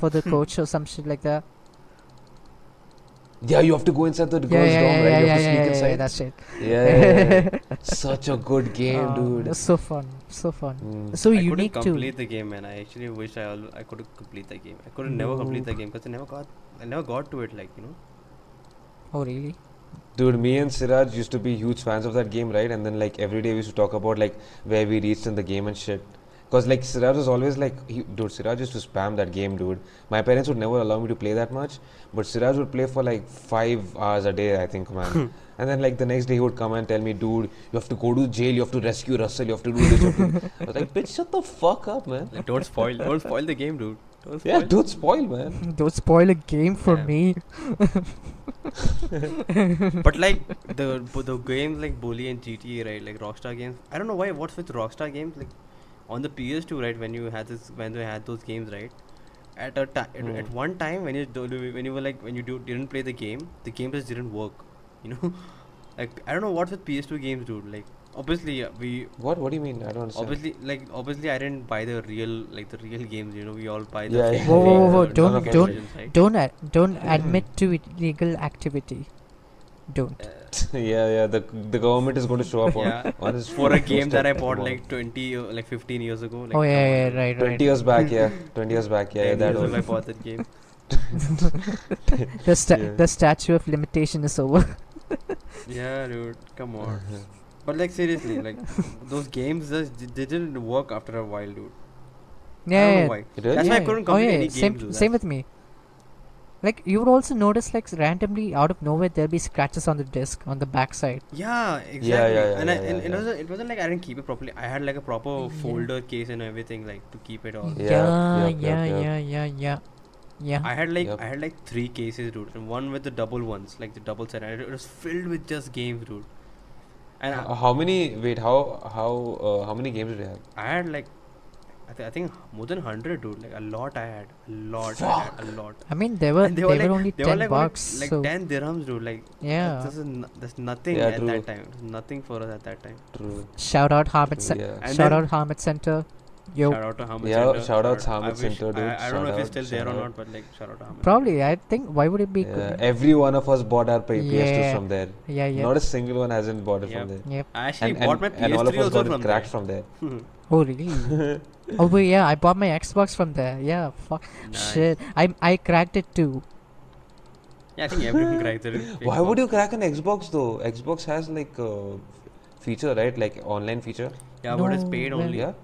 Speaker 2: for
Speaker 1: Hmm.
Speaker 2: the coach or some shit like that?
Speaker 3: Yeah, you have to go inside the
Speaker 2: Yeah,
Speaker 3: girl's
Speaker 2: yeah,
Speaker 3: dorm,
Speaker 2: yeah,
Speaker 3: right?
Speaker 2: yeah,
Speaker 3: you
Speaker 2: yeah,
Speaker 3: have to
Speaker 2: yeah,
Speaker 3: sneak
Speaker 2: yeah, yeah,
Speaker 3: inside.
Speaker 2: that's it.
Speaker 3: Yeah, yeah,
Speaker 2: [laughs]
Speaker 3: yeah. such a good game,
Speaker 2: Uh,
Speaker 3: dude.
Speaker 2: it's so fun, so fun,
Speaker 3: Mm.
Speaker 2: so
Speaker 1: I
Speaker 2: unique
Speaker 1: couldn't
Speaker 2: too.
Speaker 1: complete the game, man. I actually wish I al- I could complete the game. I could not never complete the game because I never got I never got to it. Like you know.
Speaker 2: Oh really? [laughs]
Speaker 3: Dude, me and Siraj used to be huge fans of that game, right? And then like every day we used to talk about like where we reached in the game and shit. Cause like Siraj was always like, he, dude, Siraj used to spam that game, dude. My parents would never allow me to play that much, but Siraj would play for like five hours a day, I think,
Speaker 1: Hmm.
Speaker 3: man. and then like the next day he would come and tell me, dude, you have to go to jail, you have to rescue Russell, you have to do this. you have to-" I was like, bitch, shut the fuck up, man.
Speaker 1: Like,
Speaker 2: [laughs]
Speaker 1: don't spoil, don't spoil the game, dude. Don't spoil.
Speaker 3: Yeah, dude, spoil, man.
Speaker 2: Don't spoil a game for
Speaker 1: Yeah.
Speaker 2: me.
Speaker 1: but like the bu- the games like Bully and GTA, right? Like Rockstar games. I don't know why. What's with Rockstar games? Like on the PS2, right? When you had this, when they had those games, right? At a ti- at- at
Speaker 2: Hmm.
Speaker 3: Mm.
Speaker 1: one time when you do, do- when you were like when you do, didn't [laughs] play the game, the game just didn't work. You know, like I don't know what with PS2 games, dude. Like obviously yeah, we
Speaker 3: What? What do you mean? I don't understand.
Speaker 1: obviously like obviously I didn't buy the real like the real games. You know, we all buy the
Speaker 3: Yeah,
Speaker 1: fake
Speaker 3: yeah, Whoa,
Speaker 1: fake,
Speaker 3: whoa, whoa,
Speaker 1: uh,
Speaker 2: don't-
Speaker 1: download
Speaker 3: don't-
Speaker 1: versions, right?
Speaker 2: Don't ad- don't
Speaker 1: Hmm.
Speaker 2: admit to illegal activity. Don't.
Speaker 3: [laughs] yeah, yeah. The the government is going to show up on,
Speaker 1: Yeah.
Speaker 3: on his
Speaker 1: for a
Speaker 3: doorstep
Speaker 1: game that I bought like
Speaker 3: tomorrow.
Speaker 1: 20 or like 15 years ago. Like,
Speaker 2: oh
Speaker 1: come
Speaker 2: yeah,
Speaker 1: on,
Speaker 2: yeah,
Speaker 1: dude.
Speaker 2: right, right.
Speaker 3: twenty years back. Yeah, twenty years back. Yeah, yeah
Speaker 1: 10
Speaker 3: that
Speaker 1: years ago I
Speaker 3: was.
Speaker 1: bought that
Speaker 3: [laughs]
Speaker 1: game.
Speaker 2: [laughs] The sta-
Speaker 3: Yeah.
Speaker 2: the statue of limitation is over.
Speaker 1: Yeah, dude, come on.
Speaker 3: [laughs]
Speaker 1: But like seriously, like those games just they they didn't work after a while, dude. I
Speaker 2: yeah,
Speaker 1: don't
Speaker 2: yeah,
Speaker 1: know why.
Speaker 3: Really?
Speaker 1: That's why I
Speaker 2: yeah.
Speaker 1: couldn't
Speaker 2: oh,
Speaker 1: complete
Speaker 2: yeah,
Speaker 1: any
Speaker 2: same,
Speaker 1: games with
Speaker 2: Same
Speaker 1: that.
Speaker 2: with me. Like you would also notice, like randomly out of nowhere, there'll be scratches on the disc on the backside.
Speaker 1: Yeah, exactly.
Speaker 3: yeah,
Speaker 1: and I,
Speaker 3: yeah,
Speaker 1: and it
Speaker 3: yeah, yeah.
Speaker 1: wasn't it wasn't like I didn't keep it properly. I had like a proper
Speaker 2: Yeah.
Speaker 1: folder case and everything like to keep it all.
Speaker 3: Yeah,
Speaker 2: yeah,
Speaker 3: yep,
Speaker 2: yeah,
Speaker 3: yep, yep.
Speaker 2: yeah, yeah, yeah, yeah.
Speaker 1: I had like
Speaker 3: Yep.
Speaker 1: I had like three cases, dude, and one with the double ones, like the double set. And it was filled with just games, dude. And I,
Speaker 3: Uh, How many? Wait, how how uh, how many games do you have?
Speaker 1: I had like, I, th- I think more than hundred, dude. Like a lot I had, a lot, I had, a lot.
Speaker 2: I mean, they were
Speaker 1: And
Speaker 2: they,
Speaker 1: were like,
Speaker 2: were only
Speaker 1: they
Speaker 2: ten
Speaker 1: were like only,
Speaker 2: bucks.
Speaker 1: like
Speaker 2: so
Speaker 1: ten dirhams, dude. Like
Speaker 2: yeah.
Speaker 1: this is n- that's nothing
Speaker 3: Yeah,
Speaker 1: at
Speaker 3: true.
Speaker 1: that time. It was nothing for us at that time.
Speaker 3: True.
Speaker 2: Shout out Harmet.
Speaker 3: true,
Speaker 2: Cen-
Speaker 3: yeah.
Speaker 1: And
Speaker 2: shout
Speaker 1: then-
Speaker 2: out Harmet Center. Yo,
Speaker 1: Shout out to Hamid
Speaker 3: Yeah,
Speaker 1: Center.
Speaker 3: shout out
Speaker 1: I
Speaker 3: Hamid
Speaker 1: wish-
Speaker 3: Center, dude.
Speaker 1: I, I don't know if
Speaker 3: Shout
Speaker 1: he's
Speaker 3: out,
Speaker 1: still there or
Speaker 3: shout
Speaker 1: not,
Speaker 3: out.
Speaker 1: but like shout out to Hamid.
Speaker 2: probably. I think why would it be?
Speaker 3: Yeah,
Speaker 2: good?
Speaker 3: every one of us bought our PS2
Speaker 2: Yeah.
Speaker 3: from there.
Speaker 2: yeah, yeah.
Speaker 3: Not a single one hasn't bought it
Speaker 1: Yep.
Speaker 3: from there.
Speaker 2: Yep.
Speaker 1: I actually
Speaker 3: And, and,
Speaker 1: bought my
Speaker 3: and all of
Speaker 1: PS3
Speaker 3: us
Speaker 1: also
Speaker 3: got
Speaker 1: from there.
Speaker 3: it cracked from there.
Speaker 1: [laughs]
Speaker 2: Oh
Speaker 3: [laughs]
Speaker 2: really? oh wait, yeah, I bought my Xbox from there. Yeah, fuck.
Speaker 1: Nice.
Speaker 2: Shit, I I cracked it too.
Speaker 1: Yeah, I think everyone cracked it.
Speaker 3: [laughs] Why would you crack an Xbox though? Xbox has like a feature, right? Like online feature.
Speaker 1: Yeah, but it's
Speaker 2: No,
Speaker 1: paid
Speaker 2: well-
Speaker 1: only.
Speaker 3: Yeah.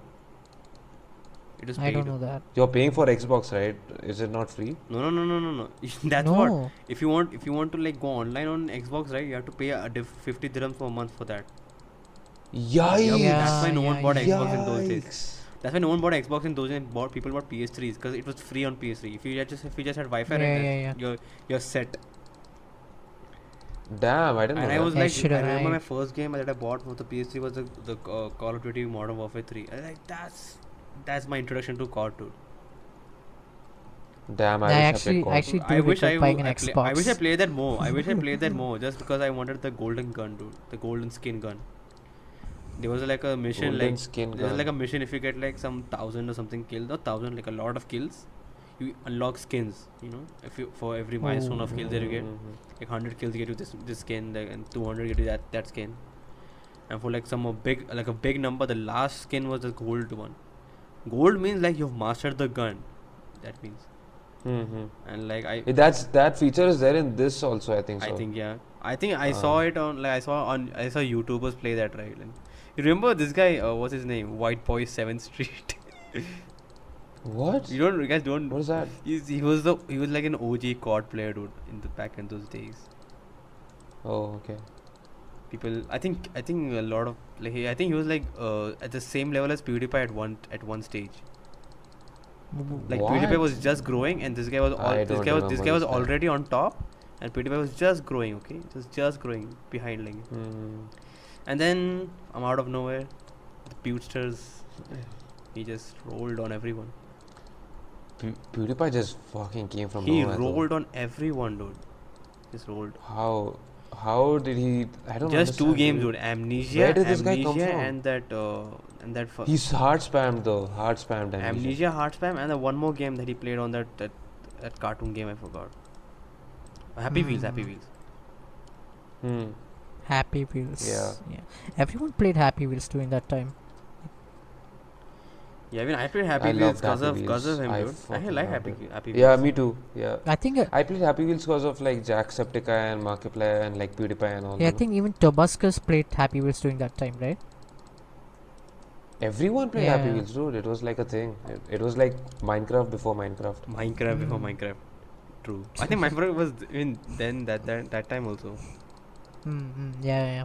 Speaker 1: It is
Speaker 2: I
Speaker 1: paid.
Speaker 2: don't know that.
Speaker 3: You're paying for Xbox, right? Is it not free?
Speaker 1: No, no, no, no, no, no. [laughs] That's
Speaker 2: no.
Speaker 1: what. If you want, if you want to like go online on Xbox, right? You have to pay a diff- fifty dirham per month for that.
Speaker 3: Yikes!
Speaker 1: that's why no one bought
Speaker 2: yeah,
Speaker 1: Xbox in those days.
Speaker 3: Yikes.
Speaker 1: That's why no one bought Xbox in those days. Bought people bought PS3s because it was free on PS3. If you had just if you just had Wi-Fi,
Speaker 2: Yeah,
Speaker 1: right,
Speaker 2: yeah,
Speaker 1: then
Speaker 2: yeah.
Speaker 1: you're you're set.
Speaker 3: Damn, I didn't know.
Speaker 1: And I
Speaker 3: that.
Speaker 1: was
Speaker 2: Yeah,
Speaker 1: like,
Speaker 2: should
Speaker 1: I
Speaker 2: have
Speaker 1: remember
Speaker 2: I-
Speaker 1: my first game that I bought for the PS3 was the the uh, Call of Duty Modern Warfare 3. I was like that's that's my introduction to COD, dude.
Speaker 3: Damn,
Speaker 2: I
Speaker 3: I wish I
Speaker 2: actually-
Speaker 3: played COD.
Speaker 2: actually- do
Speaker 1: I wish
Speaker 2: regret
Speaker 1: I,
Speaker 2: buying
Speaker 1: w-
Speaker 2: an
Speaker 1: I play- I wish I
Speaker 2: Xbox.
Speaker 1: played that more. I wish I played
Speaker 2: [laughs]
Speaker 1: that more just because I wanted the golden gun, dude. The golden skin gun. There was like a mission
Speaker 3: Golden
Speaker 1: like
Speaker 3: skin
Speaker 1: there was like a
Speaker 3: gun.
Speaker 1: mission if you get like some thousand or something kills or thousand like a lot of kills, you unlock skins. You know, if you for every milestone of kills that you get,
Speaker 3: Mhm.
Speaker 1: like hundred kills get you this this skin, like, and two hundred get you that that skin. And for like some uh, big like a big number, the last skin was the gold one. Gold means like you've mastered the gun. That means
Speaker 3: Mhm.
Speaker 1: and like I
Speaker 3: Eh, That's that feature is there in this also. I think
Speaker 1: I
Speaker 3: so. Um,
Speaker 1: think yeah. I think I saw it on like I saw on I saw YouTubers play that right. And you remember this guy? Uh, what's his name? White Boy Seventh Street. [laughs]
Speaker 3: What?
Speaker 1: you don't you guys don't.
Speaker 3: What is that?
Speaker 1: He's, he was the he was like an OG COD player dude in the back in those days.
Speaker 3: Oh, okay.
Speaker 1: People, I think I think a lot of like he- I think he was like uh, at the same level as PewDiePie at one at one stage. Like PewDiePie was just growing, and this guy was all,
Speaker 3: I
Speaker 1: this
Speaker 3: don't
Speaker 1: guy was this
Speaker 3: remember
Speaker 1: guy was
Speaker 3: this guy.
Speaker 1: already on top, and PewDiePie was just growing. Okay, just just growing behind like.
Speaker 3: Mm.
Speaker 1: And then I'm out of nowhere. The pewsters, he just rolled on everyone.
Speaker 3: Pew- PewDiePie just fucking came from
Speaker 1: he
Speaker 3: nowhere. though.
Speaker 1: rolled on everyone, dude. Just rolled.
Speaker 3: How? How did he? I don't.
Speaker 1: Just two
Speaker 3: understand,
Speaker 1: games, dude. Amnesia,
Speaker 3: Where did this guy
Speaker 1: amnesia,
Speaker 3: come from?
Speaker 1: and that uh, and that fu-
Speaker 3: He's hard spammed though. Hard spammed.
Speaker 1: amnesia.
Speaker 3: Amnesia.
Speaker 1: hard spam, and the one more game that he played on that that, that cartoon game I forgot. Happy Wheels, Happy
Speaker 2: Hmm.
Speaker 1: Wheels.
Speaker 3: Hmm.
Speaker 2: Happy Wheels.
Speaker 3: Yeah.
Speaker 2: yeah. Everyone played Happy Wheels during that time.
Speaker 1: Yeah, I mean, I played Happy
Speaker 3: I
Speaker 1: Wheels
Speaker 3: loved
Speaker 1: because
Speaker 3: Happy
Speaker 1: of because of
Speaker 3: Wheels.
Speaker 1: him,
Speaker 3: I
Speaker 1: dude. I
Speaker 3: fucking
Speaker 1: like
Speaker 3: loved
Speaker 1: Happy
Speaker 3: it.
Speaker 1: Whe- Happy Wheels.
Speaker 3: Yeah, me too. Yeah.
Speaker 2: I think. Uh,
Speaker 3: I played Happy Wheels because of like Jacksepticeye and Markiplier and like PewDiePie and all.
Speaker 2: yeah, I
Speaker 3: you know.
Speaker 2: think even Tobuscus played Happy Wheels during that time, right?
Speaker 3: Everyone played Happy
Speaker 2: Yeah.
Speaker 3: Wheels, dude. It was like a thing. It, it was like Minecraft before Minecraft.
Speaker 1: Minecraft before
Speaker 3: Hmm.
Speaker 2: Mm.
Speaker 1: Minecraft. True. I think Minecraft was th- in then that that, that time also.
Speaker 2: Mm-hmm. Yeah, yeah.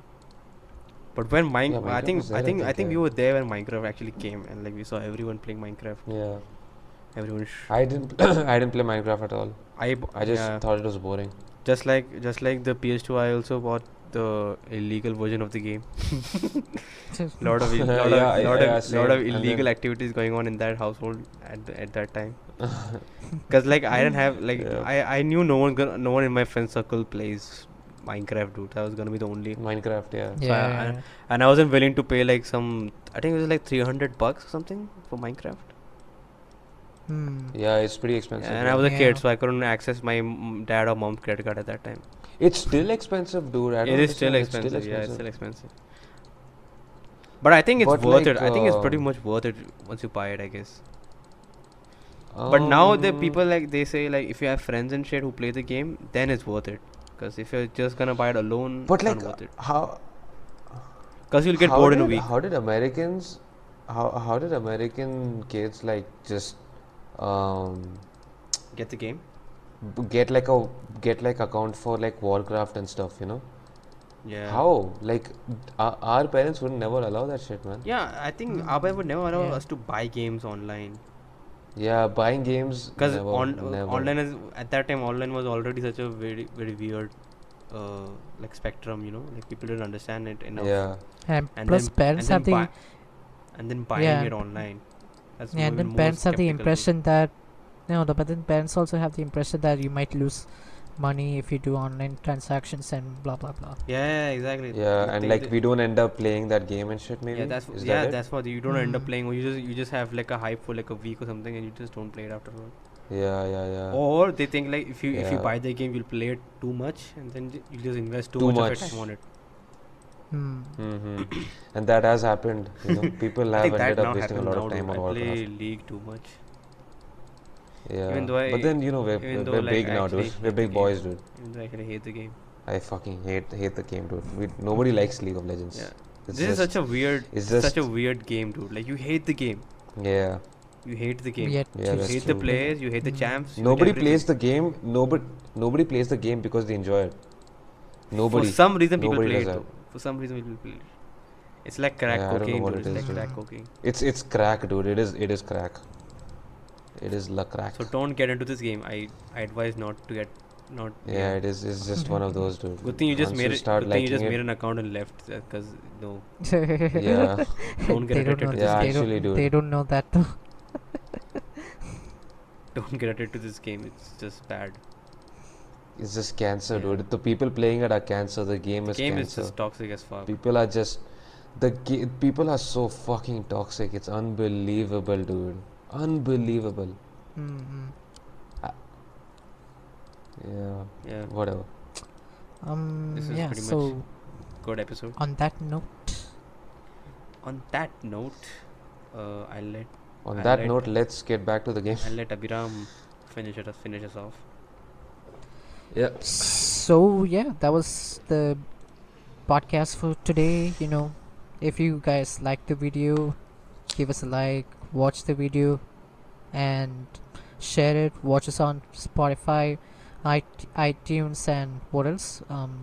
Speaker 1: But when Mine,
Speaker 3: Yeah,
Speaker 1: I
Speaker 3: Minecraft
Speaker 1: think
Speaker 3: was there,
Speaker 1: I
Speaker 3: I
Speaker 1: think I
Speaker 3: think,
Speaker 1: think we
Speaker 3: yeah.
Speaker 1: were there when Minecraft actually came and like we saw everyone playing Minecraft.
Speaker 3: Yeah.
Speaker 1: Everyone. Sh-
Speaker 3: I didn't. [coughs] I didn't play Minecraft at all.
Speaker 1: I b-
Speaker 3: I just
Speaker 1: yeah,
Speaker 3: thought it was boring.
Speaker 1: just like just like the PS2. I also bought the illegal version of the
Speaker 3: [laughs]
Speaker 1: game. lot of ill- lot
Speaker 3: Yeah, yeah,
Speaker 1: of lot of
Speaker 3: yeah,
Speaker 1: lot of
Speaker 3: same. And
Speaker 1: illegal
Speaker 3: then-
Speaker 1: activities going on in that household at the, at that
Speaker 3: [laughs]
Speaker 1: time. Because like I didn't have like
Speaker 3: Yeah.
Speaker 1: I I knew no one gonna, no one in my friend circle plays Minecraft, dude. I was gonna be the only.
Speaker 3: Minecraft, yeah.
Speaker 1: So uh, I- I-
Speaker 2: Yeah.
Speaker 1: and I wasn't willing to pay like some. I think it was like 300 bucks or something for Minecraft.
Speaker 2: Hmm.
Speaker 3: Yeah, it's pretty expensive.
Speaker 1: and
Speaker 3: yeah.
Speaker 1: I was a kid,
Speaker 2: Yeah.
Speaker 1: so I couldn't access my m- dad or mom's credit card at that time.
Speaker 3: It's still expensive, dude. I don't
Speaker 1: It is still
Speaker 3: understand,
Speaker 1: expensive. Yeah, it's still expensive. But I think it's
Speaker 3: But,
Speaker 1: worth
Speaker 3: like,
Speaker 1: it. I think it's pretty
Speaker 3: um,
Speaker 1: much worth it once you buy it, I guess. but now the
Speaker 3: Um,
Speaker 1: people like they say like if you have friends and shit who play the game, then it's worth it. Because if you're just gonna buy it alone,
Speaker 3: But
Speaker 1: it's
Speaker 3: like,
Speaker 1: not worth it.
Speaker 3: how
Speaker 1: Because you'll get
Speaker 3: how
Speaker 1: bored in
Speaker 3: did,
Speaker 1: a week.
Speaker 3: How did Americans, how how did American kids like just um
Speaker 1: Get the game.
Speaker 3: b- get like a get like account for like Warcraft and stuff? You know
Speaker 1: Yeah.
Speaker 3: how like our, our parents would never allow that shit, man.
Speaker 1: Yeah, I think our parents would never allow
Speaker 2: Yeah.
Speaker 1: us to buy games online.
Speaker 3: Yeah, buying games
Speaker 1: because
Speaker 3: never,
Speaker 1: on uh,
Speaker 3: never.
Speaker 1: online is at that time online was already such a very very weird uh like spectrum you know like people didn't understand it enough
Speaker 3: Yeah,
Speaker 2: And,
Speaker 1: and
Speaker 2: plus,
Speaker 1: then,
Speaker 2: parents
Speaker 1: and
Speaker 2: have the
Speaker 1: then buy- and then buying
Speaker 2: Yeah.
Speaker 1: it online that's
Speaker 2: yeah, and
Speaker 1: even
Speaker 2: then
Speaker 1: more
Speaker 2: parents have the
Speaker 1: skeptical.
Speaker 2: impression that no, the- but then parents also have the impression that you might lose money if you do online transactions and blah blah blah.
Speaker 1: yeah exactly
Speaker 3: yeah,
Speaker 1: They
Speaker 3: and
Speaker 1: think
Speaker 3: like
Speaker 1: that-
Speaker 3: we don't end up playing that game and shit. Maybe
Speaker 1: yeah that's
Speaker 3: Is
Speaker 1: yeah
Speaker 3: that it?
Speaker 1: that's what you don't end up
Speaker 2: Mm.
Speaker 1: playing or you just you just have like a hype for like a week or something and you just don't play it after all
Speaker 3: yeah, yeah, yeah.
Speaker 1: or they think like if you if you
Speaker 3: Yeah.
Speaker 1: buy the game you'll play it too much and then j- you just invest too,
Speaker 3: Too
Speaker 1: much, of your
Speaker 3: much.
Speaker 1: time on it
Speaker 2: Hmm.
Speaker 3: hmm
Speaker 1: [coughs]
Speaker 3: and that has happened. You know,
Speaker 1: [laughs]
Speaker 3: people
Speaker 1: i
Speaker 3: have
Speaker 1: think that
Speaker 3: ended
Speaker 1: now
Speaker 3: up wasting a
Speaker 1: happens
Speaker 3: lot
Speaker 1: now
Speaker 3: of time
Speaker 1: dude. i
Speaker 3: on Warcraft.
Speaker 1: play league too much
Speaker 3: Yeah.
Speaker 1: Even though I-
Speaker 3: but then you know we're,
Speaker 1: even
Speaker 3: we're,
Speaker 1: though,
Speaker 3: we're
Speaker 1: like,
Speaker 3: big
Speaker 1: I
Speaker 3: now, dude.
Speaker 1: actually
Speaker 3: We're
Speaker 1: hate the
Speaker 3: big
Speaker 1: game.
Speaker 3: boys, dude.
Speaker 1: Even though I kind of hate the game.
Speaker 3: I fucking hate hate the game, dude. We, nobody likes League of Legends.
Speaker 1: Yeah.
Speaker 3: It's
Speaker 1: this is
Speaker 3: just-
Speaker 1: such a weird
Speaker 3: it's
Speaker 1: such a
Speaker 3: just-
Speaker 1: weird game, dude. Like you hate the game.
Speaker 3: yeah.
Speaker 1: You hate the game.
Speaker 2: Yet
Speaker 3: Yeah,
Speaker 1: you
Speaker 3: that's
Speaker 1: hate the
Speaker 3: true.
Speaker 1: players, you hate the
Speaker 2: Mm.
Speaker 1: champs. you hate
Speaker 3: Nobody
Speaker 1: everything.
Speaker 3: plays the game. Nobody nobody plays the game because they enjoy it. Nobody.
Speaker 1: For some reason people
Speaker 3: Nobody
Speaker 1: play it.
Speaker 3: does that.
Speaker 1: Though. For some reason people play it. It's like crack
Speaker 3: Yeah, I don't know
Speaker 1: cocaine,
Speaker 3: what
Speaker 1: dude. It's
Speaker 3: it is,
Speaker 1: like
Speaker 2: dude.
Speaker 1: crack cocaine.
Speaker 3: It's it's crack, dude. It is it is crack. It is la crack.
Speaker 1: So don't get into this game. I I advise not to get not.
Speaker 3: yeah, it is. It's just one of those, dude.
Speaker 1: Good thing you just
Speaker 3: Once
Speaker 1: made it.
Speaker 3: Start
Speaker 1: Good thing you
Speaker 3: liking
Speaker 1: just made an account and left. Because
Speaker 2: [laughs]
Speaker 1: no,
Speaker 3: [laughs]
Speaker 1: [laughs]
Speaker 3: Yeah.
Speaker 1: don't get
Speaker 2: they don't
Speaker 1: addicted
Speaker 2: know
Speaker 1: to
Speaker 2: this.
Speaker 3: Yeah,
Speaker 2: they,
Speaker 3: actually,
Speaker 2: don't,
Speaker 3: dude.
Speaker 2: they don't know that [laughs] Hmm, though.
Speaker 1: don't get addicted to this game. It's just bad.
Speaker 3: It's just cancer,
Speaker 1: Yeah.
Speaker 3: dude. The people playing it are cancer. The game
Speaker 1: The
Speaker 3: is
Speaker 1: game is
Speaker 3: cancer.
Speaker 1: just toxic as fuck.
Speaker 3: People are just the ga- people are so fucking toxic. It's unbelievable, dude. Unbelievable.
Speaker 2: Mm-hmm.
Speaker 3: Yeah.
Speaker 1: Yeah,
Speaker 3: Whatever.
Speaker 2: Um.
Speaker 1: This is
Speaker 2: yeah.
Speaker 1: pretty much-
Speaker 2: So
Speaker 1: good episode.
Speaker 2: on that note,
Speaker 1: On that note, uh, I'll let
Speaker 3: On
Speaker 1: I'll
Speaker 3: that
Speaker 1: let-
Speaker 3: note, let's get back to the game.
Speaker 1: I'll let Abhiram finish it finish us off.
Speaker 3: Yeah.
Speaker 2: so yeah, that was the podcast for today. You know, if you guys like the video, give us a like, watch the video, and share it. Watch us on Spotify, it- iTunes, and what else? Um,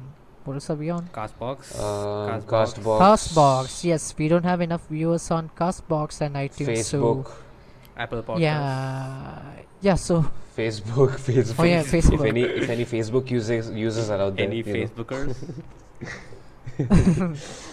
Speaker 2: what else are we on?
Speaker 1: Castbox.
Speaker 3: Um,
Speaker 1: Castbox.
Speaker 3: Castbox.
Speaker 2: Castbox. Yes, we don't have enough viewers on Castbox and iTunes.
Speaker 3: Facebook.
Speaker 1: Apple
Speaker 2: So
Speaker 1: Podcast.
Speaker 2: yeah, yeah. So
Speaker 3: Facebook. [laughs] Facebook.
Speaker 2: oh yeah,
Speaker 3: If
Speaker 2: Facebook.
Speaker 3: any if any Facebook users users are out there,
Speaker 1: Any
Speaker 3: you know.
Speaker 1: Facebookers?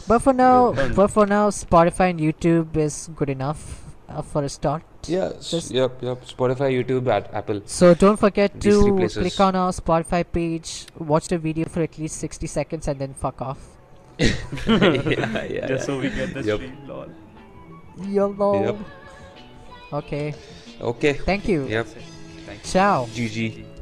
Speaker 1: [laughs]
Speaker 2: But for now,
Speaker 1: Done.
Speaker 2: but for now, Spotify and YouTube is good enough uh, for a start.
Speaker 3: Yeah. s-
Speaker 2: Just-
Speaker 3: Yep. Yep. Spotify, YouTube, at Apple.
Speaker 2: So don't forget
Speaker 3: These three
Speaker 2: to
Speaker 3: places.
Speaker 2: click on our Spotify page, watch the video for at least 60 seconds, and then fuck off.
Speaker 3: [laughs] yeah,
Speaker 1: Just
Speaker 3: yeah,
Speaker 1: so we get the
Speaker 3: Yep.
Speaker 1: stream. Lol.
Speaker 2: YOLO.
Speaker 3: Yep.
Speaker 2: Okay.
Speaker 3: Okay.
Speaker 2: Thank you.
Speaker 3: Yep.
Speaker 1: That's it. Thank you.
Speaker 2: Ciao.
Speaker 3: GG.
Speaker 1: GG.